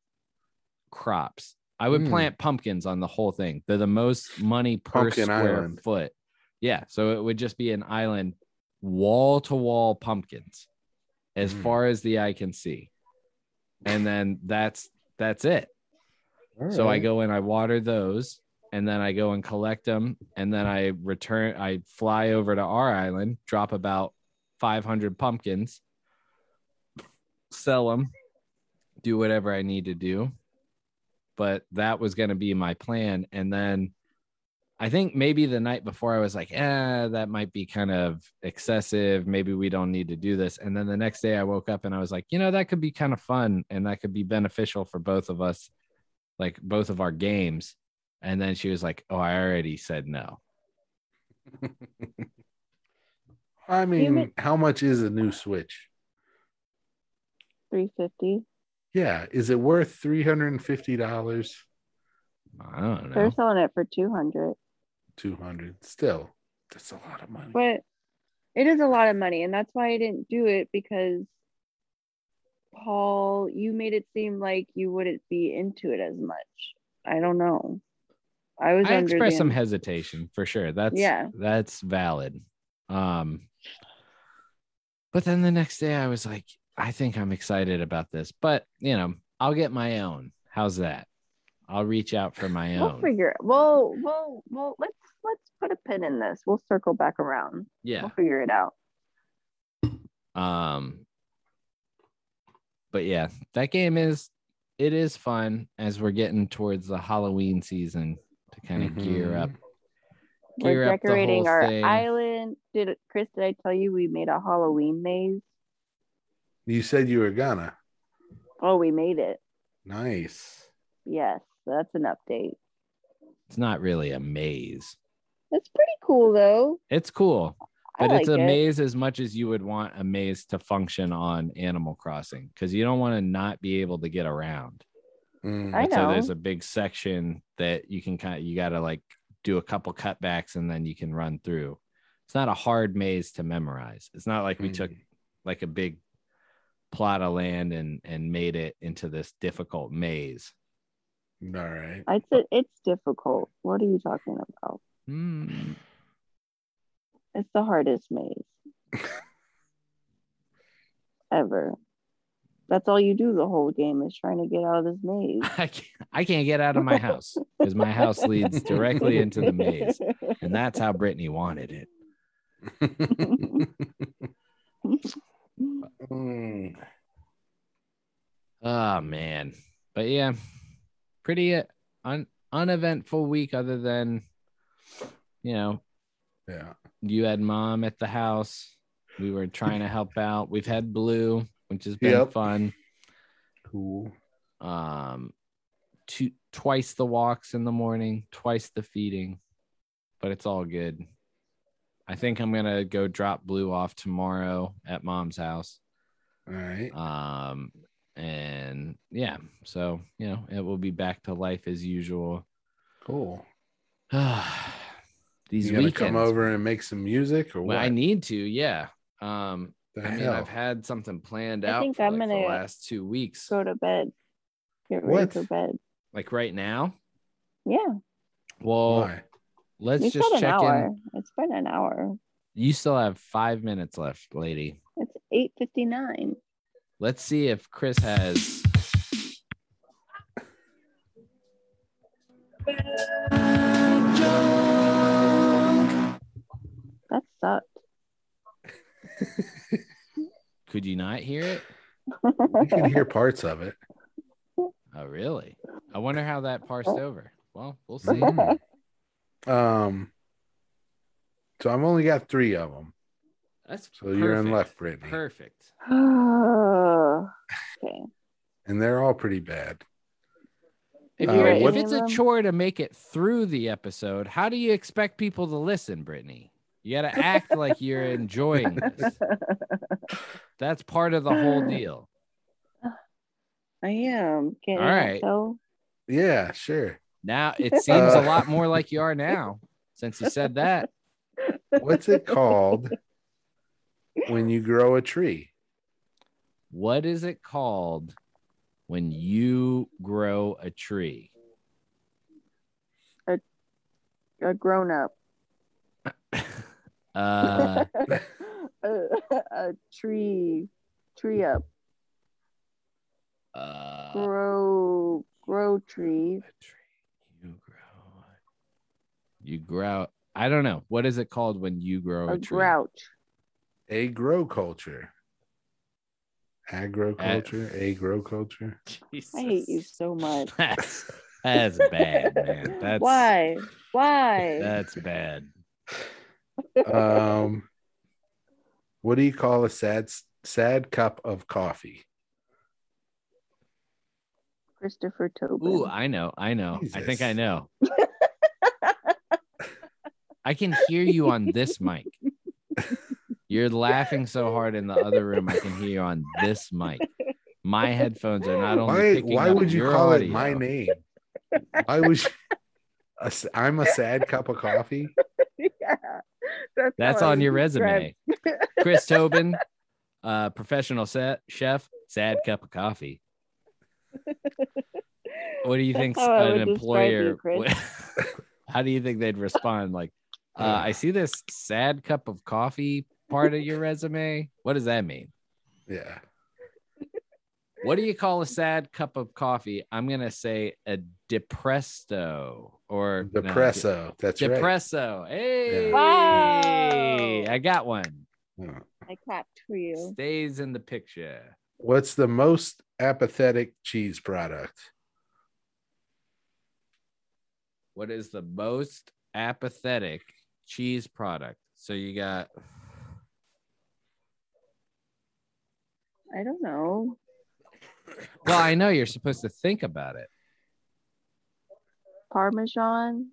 Speaker 2: crops. I would
Speaker 4: Hmm.
Speaker 2: plant pumpkins on the whole thing. They're the most money per
Speaker 4: Pumpkin
Speaker 2: square
Speaker 4: island.
Speaker 2: foot. Yeah, so it would just be an island, wall to wall pumpkins, as
Speaker 4: Hmm.
Speaker 2: far as the eye can see, and then that's that's it. So I go and I water those, and then I go and collect them, and then I return. I fly over to our island, drop about 500 pumpkins, sell them, do whatever I need to do. But that was going to be my plan, and then I think maybe the night before I was like, "Eh, that might be kind of excessive. Maybe we don't need to do this." And then the next day I woke up and I was like, "You know, that could be kind of fun, and that could be beneficial for both of us." like both of our games. And then she was like, Oh, I already said no.
Speaker 4: I mean,
Speaker 3: Human-
Speaker 4: how much is a new Switch?
Speaker 3: 350.
Speaker 4: Yeah, is it worth three hundred and fifty dollars?
Speaker 2: I don't
Speaker 3: They're
Speaker 2: know.
Speaker 3: selling it for 200.
Speaker 4: Two hundred. Still, that's a lot of money.
Speaker 2: Mm-hmm.
Speaker 3: But it is a lot of money, and that's why I didn't do it because Paul, you made it seem like you wouldn't be into it as much. I don't know. I was
Speaker 2: I
Speaker 3: under
Speaker 2: expressed
Speaker 3: the-
Speaker 2: some hesitation for sure. That's
Speaker 3: Yeah.
Speaker 2: that's valid. Um but then the next day I was like, I think I'm excited about this, but you know, I'll get my own. How's that? I'll reach out for my
Speaker 3: We'll
Speaker 2: own.
Speaker 3: figure. We'll we'll we'll let's let's put a pin in this. We'll circle back around.
Speaker 2: Yeah.
Speaker 3: We'll figure it out.
Speaker 2: Um but yeah, that game is it is fun as we're getting towards the Halloween season to kind of gear
Speaker 4: Mhm.
Speaker 2: up Gear
Speaker 3: We're
Speaker 2: up the
Speaker 3: decorating
Speaker 2: whole
Speaker 3: our
Speaker 2: thing.
Speaker 3: island. Did Chris? Did I tell you we made a Halloween maze?
Speaker 4: You said you were gonna.
Speaker 3: Oh, we made it.
Speaker 4: Nice.
Speaker 3: Yes, that's an update.
Speaker 2: it's not really a maze.
Speaker 3: That's pretty cool though.
Speaker 2: It's cool,
Speaker 3: I
Speaker 2: but it's a
Speaker 3: like it.
Speaker 2: maze as much as you would want a maze to function on Animal Crossing because you don't want to not be able to get around.
Speaker 4: Mm.
Speaker 3: I
Speaker 2: And So
Speaker 3: know.
Speaker 2: there's a big section that you can kind of you got to like do a couple cutbacks and then you can run through. It's not a hard maze to memorize. It's not like we took
Speaker 4: Mm.
Speaker 2: like a big plot of land and and made it into this difficult maze.
Speaker 4: All right.
Speaker 3: I said it's difficult. What are you talking about?
Speaker 2: Hmm.
Speaker 3: It's the hardest maze ever. That's all you do the whole game is trying to get out of this maze.
Speaker 2: I can't, I can't get out of my house because my house leads directly into the maze. and that's how Brittany wanted it.
Speaker 4: Mm.
Speaker 2: Oh man, but yeah, pretty uh, un- uneventful week other than you know
Speaker 4: Yeah.
Speaker 2: you had mom at the house. We were trying to help out. We've had Blue, which has been
Speaker 4: Yep.
Speaker 2: fun.
Speaker 4: Cool.
Speaker 2: Um, two twice the walks in the morning, twice the feeding, but it's all good. I think I'm gonna go drop Blue off tomorrow at mom's house.
Speaker 4: All right.
Speaker 2: um and yeah so you know it will be back to life as usual
Speaker 4: Cool.
Speaker 2: these
Speaker 4: you gonna
Speaker 2: weekends
Speaker 4: come over and make some music or
Speaker 2: well,
Speaker 4: what?
Speaker 2: i need to yeah um
Speaker 4: The
Speaker 2: i mean
Speaker 4: hell?
Speaker 2: i've had something planned
Speaker 3: I
Speaker 2: out
Speaker 3: think
Speaker 2: for
Speaker 3: I'm
Speaker 2: like, the
Speaker 3: gonna
Speaker 2: last two weeks
Speaker 3: Go to bed. Get ready
Speaker 4: What?
Speaker 3: for bed.
Speaker 2: like right now
Speaker 3: Yeah.
Speaker 2: well
Speaker 4: Why?
Speaker 2: let's
Speaker 3: we
Speaker 2: just
Speaker 3: said an
Speaker 2: check
Speaker 3: hour.
Speaker 2: in
Speaker 3: It's been an hour.
Speaker 2: you still have five minutes left lady
Speaker 3: It's eight fifty nine.
Speaker 2: let's see if chris has
Speaker 3: That sucked.
Speaker 2: Could you not hear it?
Speaker 4: You can hear parts of it.
Speaker 2: Oh, really? I wonder how that parsed
Speaker 3: Oh.
Speaker 2: over. Well, we'll see.
Speaker 4: Mm. Um, so I've only got three of them.
Speaker 2: That's
Speaker 4: So you're in
Speaker 2: perfect.
Speaker 4: luck, Brittany,
Speaker 2: Perfect.
Speaker 3: okay.
Speaker 4: and they're all pretty bad.
Speaker 2: If,
Speaker 4: Uh,
Speaker 2: you're, if
Speaker 4: what-
Speaker 2: it's a chore to make it through the episode, how do you expect people to listen, Brittany? You got to act like you're enjoying this. That's part of the whole deal.
Speaker 3: I am. Can
Speaker 2: All right.
Speaker 3: So
Speaker 4: Yeah, sure.
Speaker 2: Now it seems a
Speaker 4: Uh.
Speaker 2: lot more like you are now since you said that.
Speaker 4: What's it called when you grow a tree?
Speaker 2: What is it called when you grow a tree?
Speaker 3: a grown up.
Speaker 2: Uh,
Speaker 3: a, a tree, tree up,
Speaker 2: uh,
Speaker 3: grow, grow tree.
Speaker 2: a tree. You grow. You grow. I don't know. What is it called when you grow a,
Speaker 3: a
Speaker 2: tree?
Speaker 3: grouch.
Speaker 4: Agroculture. Agroculture. Agroculture.
Speaker 3: I hate you so much.
Speaker 2: That's, that's bad, man. That's
Speaker 3: Why? Why?
Speaker 2: That's bad.
Speaker 4: um, what do you call a sad sad cup of coffee?
Speaker 3: Christopher Tobin.
Speaker 2: Ooh, I know. I know. I think I
Speaker 4: Jesus.
Speaker 2: know. I can hear you on this mic. You're laughing so hard in the other room. I can hear you on this mic. My headphones are not only
Speaker 4: Why
Speaker 2: picking
Speaker 4: why
Speaker 2: up
Speaker 4: would you
Speaker 2: your
Speaker 4: call it
Speaker 2: audio-
Speaker 4: my name? Why would you? a s- I'm a sad cup of coffee.
Speaker 3: yeah, that's,
Speaker 2: That's
Speaker 3: how I
Speaker 2: on
Speaker 3: would
Speaker 2: your
Speaker 3: describe-
Speaker 2: resume. Chris Tobin, uh, professional set, chef, sad cup of coffee. What do you
Speaker 3: That's
Speaker 2: think
Speaker 3: how I
Speaker 2: an
Speaker 3: would describe you,
Speaker 2: employer?
Speaker 3: Chris.
Speaker 2: would- how do you think they'd respond? Like, uh, I see this sad cup of coffee part of your resume. What does that mean?
Speaker 4: Yeah,
Speaker 2: What do you call a sad cup of coffee? I'm gonna say a depresto or no,
Speaker 4: depresso. That's right.
Speaker 2: depresso. Hey,
Speaker 3: Wow.
Speaker 2: I got one.
Speaker 4: Yeah.
Speaker 3: I clapped for you.
Speaker 2: Stays in the picture.
Speaker 4: What's the most apathetic cheese product?
Speaker 2: what is the most apathetic cheese product? So you got
Speaker 3: I don't know.
Speaker 2: well, I know you're supposed to think about it.
Speaker 3: Parmesan,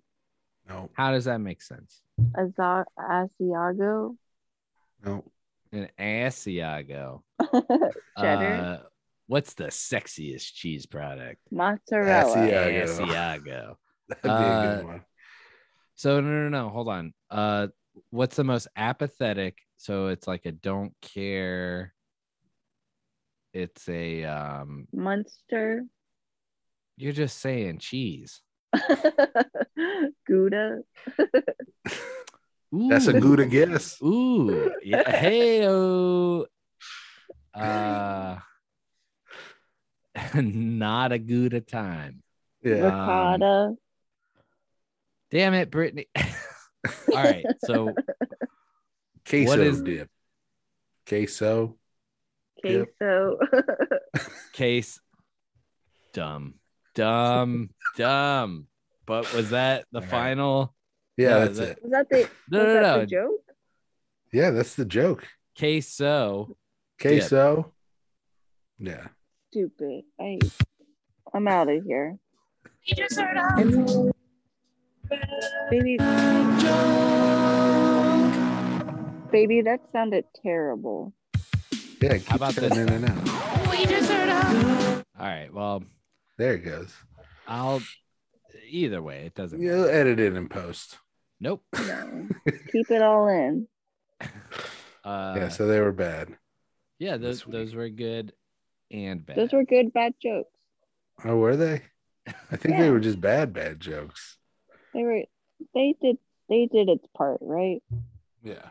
Speaker 4: No,
Speaker 2: How does that make sense?
Speaker 3: Aza- Asiago,
Speaker 4: no.
Speaker 2: An Asiago.
Speaker 3: cheddar,
Speaker 2: Uh, what's the sexiest cheese product?
Speaker 3: mozzarella.
Speaker 4: Asiago.
Speaker 2: Asiago.
Speaker 4: That'd be a
Speaker 2: Uh,
Speaker 4: good one.
Speaker 2: So no, no, no. Hold on. Uh, what's the most apathetic? So it's like a don't care. It's a um.
Speaker 3: Munster,
Speaker 2: You're just saying cheese.
Speaker 3: Gouda.
Speaker 4: That's a
Speaker 2: Ooh.
Speaker 4: good guess.
Speaker 2: Ooh, yeah. hey, oh. Uh, not a good a time. um,
Speaker 4: Yeah,
Speaker 3: ricotta.
Speaker 2: Damn it, Brittany. All right. So,
Speaker 4: queso
Speaker 2: what is-
Speaker 4: dip. Queso. yep.
Speaker 3: queso.
Speaker 2: case dumb, dumb, dumb. But was that the
Speaker 4: All right.
Speaker 2: final?
Speaker 4: Yeah,
Speaker 2: No,
Speaker 4: that's
Speaker 2: that-
Speaker 4: it.
Speaker 3: was that the,
Speaker 2: No,
Speaker 3: was
Speaker 2: no,
Speaker 3: that
Speaker 2: no.
Speaker 3: the joke?
Speaker 4: Yeah, that's the joke.
Speaker 2: Case so. Dip.
Speaker 4: Queso. Yeah.
Speaker 3: Stupid. I, I'm out of here. Baby, baby, that sounded terrible.
Speaker 4: Yeah. Keep
Speaker 2: about
Speaker 4: turning
Speaker 2: this?
Speaker 4: in and out.
Speaker 2: All right. Well,
Speaker 4: There it goes.
Speaker 2: I'll. Either way, it doesn't.
Speaker 4: You'll
Speaker 2: matter.
Speaker 4: edit it in post.
Speaker 2: Nope.
Speaker 3: No. Keep it all in.
Speaker 2: Uh,
Speaker 4: yeah, so they were bad.
Speaker 2: yeah. Those
Speaker 4: this week.
Speaker 2: those were good and bad.
Speaker 3: Those were good bad jokes.
Speaker 4: Oh, were they? I think they
Speaker 3: Yeah.
Speaker 4: were just bad, bad jokes.
Speaker 3: They were they did they did its part, right?
Speaker 4: Yeah.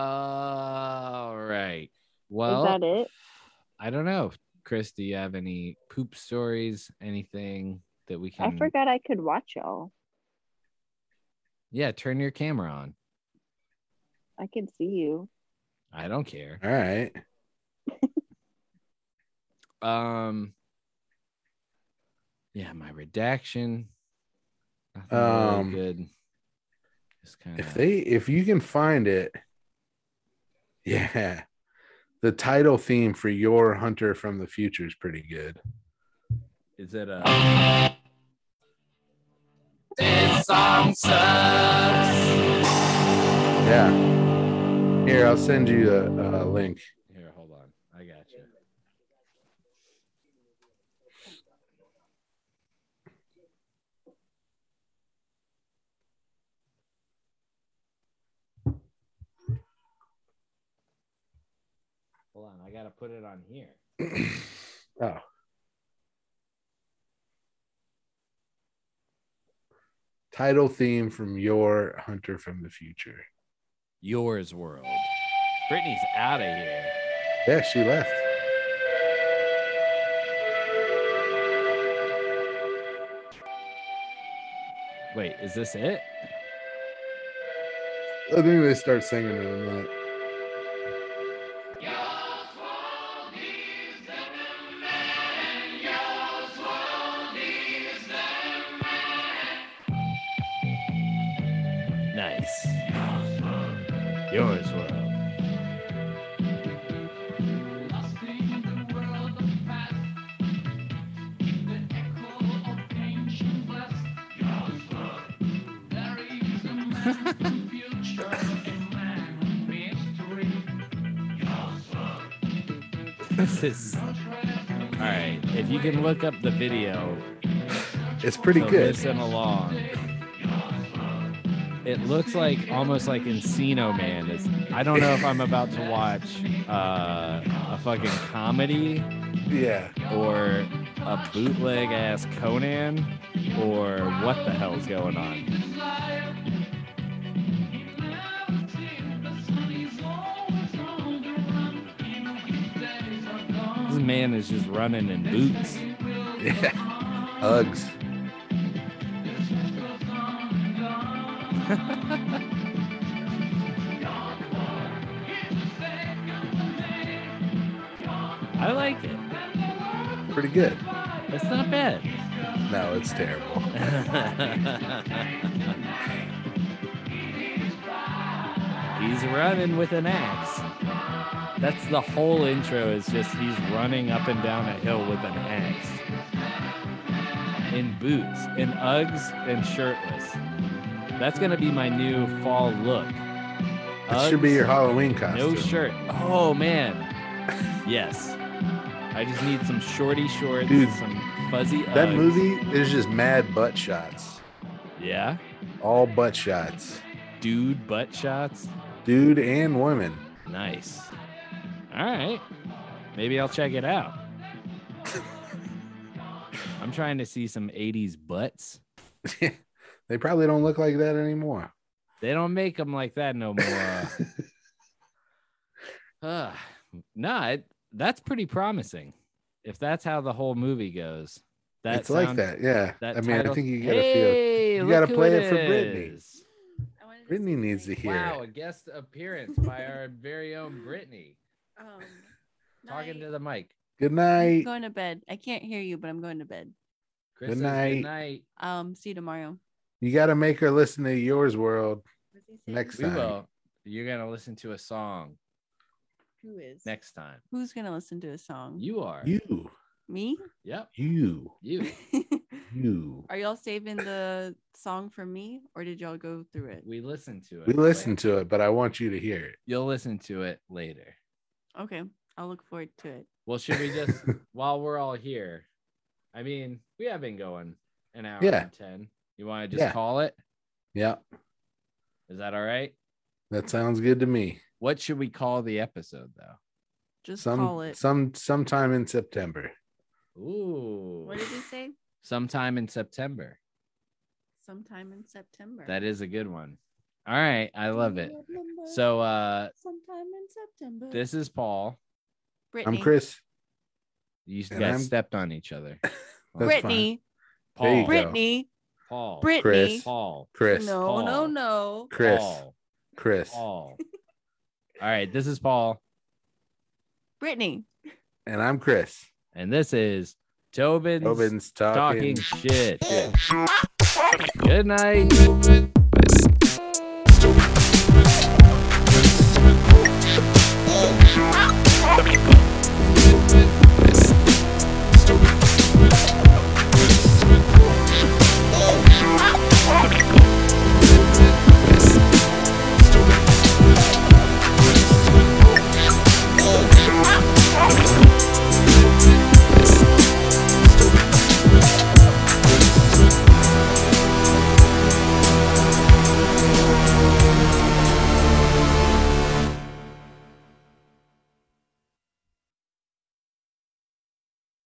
Speaker 2: All right.
Speaker 3: Is that
Speaker 2: Well,
Speaker 3: it?
Speaker 2: I don't know. Chris, do you have any poop stories? Anything that we can?
Speaker 3: I forgot I could watch y'all.
Speaker 2: Yeah, turn your camera on.
Speaker 3: I can see you.
Speaker 2: I don't care.
Speaker 4: All right.
Speaker 2: Um, yeah, my redaction. nothing really
Speaker 4: Um,
Speaker 2: good. Just kind
Speaker 4: If they if you can find it, yeah. The title theme for your hunter from the future is pretty good.
Speaker 2: is it uh, a
Speaker 1: This song sucks.
Speaker 4: Yeah. Here, I'll send you a, a link.
Speaker 2: here? Hold on, I got you. Hold on, I gotta put it on here.
Speaker 4: Oh. Title theme from your hunter from the future.
Speaker 2: Yours world. Brittany's out of here.
Speaker 4: Yeah, she left.
Speaker 2: Wait, is this it?
Speaker 4: I think they start singing it in a minute.
Speaker 2: Nice. Yours world. This is all right. If you can look up the video,
Speaker 4: It's pretty
Speaker 2: to
Speaker 4: good.
Speaker 2: Listen along. It looks like almost like Encino Man is. I don't know if I'm about to watch uh, a fucking comedy
Speaker 4: Yeah.
Speaker 2: or a bootleg ass Conan or what the hell's going on. This man is just running in boots.
Speaker 4: Yeah. Uggs.
Speaker 2: I like it.
Speaker 4: Pretty good.
Speaker 2: It's not bad.
Speaker 4: No, it's terrible.
Speaker 2: he's running with an axe. That's the whole intro is just he's running up and down a hill with an axe. In boots, in Uggs, and shirtless. That's gonna be my new fall look.
Speaker 4: It should be
Speaker 2: Uggs,
Speaker 4: your Halloween
Speaker 2: no
Speaker 4: costume.
Speaker 2: shirt. Oh man. yes. I just need some shorty shorts,
Speaker 4: Dude,
Speaker 2: some fuzzy
Speaker 4: That
Speaker 2: Uggs.
Speaker 4: movie is just mad butt shots.
Speaker 2: Yeah.
Speaker 4: All butt shots.
Speaker 2: Dude butt shots.
Speaker 4: Dude and woman.
Speaker 2: Nice. All right. Maybe I'll check it out. I'm trying to see some 80s butts.
Speaker 4: they probably don't look like that anymore.
Speaker 2: They don't make them like that no more. uh, nah, it, that's pretty promising. If that's how the whole movie goes, that
Speaker 4: it's like
Speaker 2: sound-
Speaker 4: that. Yeah.
Speaker 2: that
Speaker 4: I mean, I
Speaker 2: title-
Speaker 4: think you gotta feel
Speaker 2: hey,
Speaker 4: you
Speaker 2: look
Speaker 4: gotta
Speaker 2: who
Speaker 4: play it for Brittany.
Speaker 2: is.
Speaker 4: Brittany needs to hear
Speaker 2: Wow,
Speaker 4: it.
Speaker 2: a guest appearance by our very own Brittany
Speaker 5: Um,
Speaker 2: talking to the mic.
Speaker 4: Good
Speaker 5: I'm
Speaker 4: night.
Speaker 5: going to bed. I can't hear you, but I'm going to bed.
Speaker 2: Chris says
Speaker 4: night.
Speaker 2: Good night.
Speaker 5: Um, see you tomorrow.
Speaker 4: You gotta make her listen to yours world next
Speaker 2: We
Speaker 4: time.
Speaker 2: will. You're gonna listen to a song
Speaker 5: Who is
Speaker 2: next time.
Speaker 5: Who's gonna listen to a song?
Speaker 2: You are.
Speaker 4: You,
Speaker 5: Me?
Speaker 2: Yep.
Speaker 4: you,
Speaker 2: You.
Speaker 4: you.
Speaker 5: Are y'all saving the song for me, or did y'all go through it?
Speaker 2: We listen to it.
Speaker 4: We listened to it, but I want you to hear it.
Speaker 2: You'll listen to it later.
Speaker 5: Okay, I'll look forward to it.
Speaker 2: Well, should we just while we're all here? I mean, we have been going an hour
Speaker 4: Yeah.
Speaker 2: and ten. You want to just
Speaker 4: Yeah.
Speaker 2: call it?
Speaker 4: Yeah,
Speaker 2: Is that all right?
Speaker 4: that sounds good to me.
Speaker 2: What should we call the episode though?
Speaker 5: Just call
Speaker 4: Some
Speaker 5: it.
Speaker 4: some sometime in September.
Speaker 2: Ooh.
Speaker 5: What did he say?
Speaker 2: Sometime in September.
Speaker 5: Sometime in September.
Speaker 2: That is a good one. All right, I love it. So uh
Speaker 5: sometime in September.
Speaker 2: this is Paul.
Speaker 5: Brittany.
Speaker 4: I'm Chris.
Speaker 2: You
Speaker 4: And
Speaker 2: guys
Speaker 4: I'm-
Speaker 2: stepped on each other.
Speaker 4: That's fine.
Speaker 5: Brittany.
Speaker 4: There you
Speaker 2: Paul.
Speaker 4: go.
Speaker 5: Brittany.
Speaker 2: Paul.
Speaker 5: Brittany.
Speaker 4: Chris.
Speaker 2: Paul.
Speaker 4: Chris.
Speaker 5: No,
Speaker 2: Paul.
Speaker 5: no, no.
Speaker 4: Chris.
Speaker 2: Paul.
Speaker 4: Chris.
Speaker 2: Paul. All right, this is Paul,
Speaker 5: Brittany.
Speaker 4: And I'm Chris.
Speaker 2: and this is Tobin's,
Speaker 4: Tobin's
Speaker 2: talking
Speaker 4: talking.
Speaker 2: shit.
Speaker 4: shit.
Speaker 2: Good night.
Speaker 1: Open.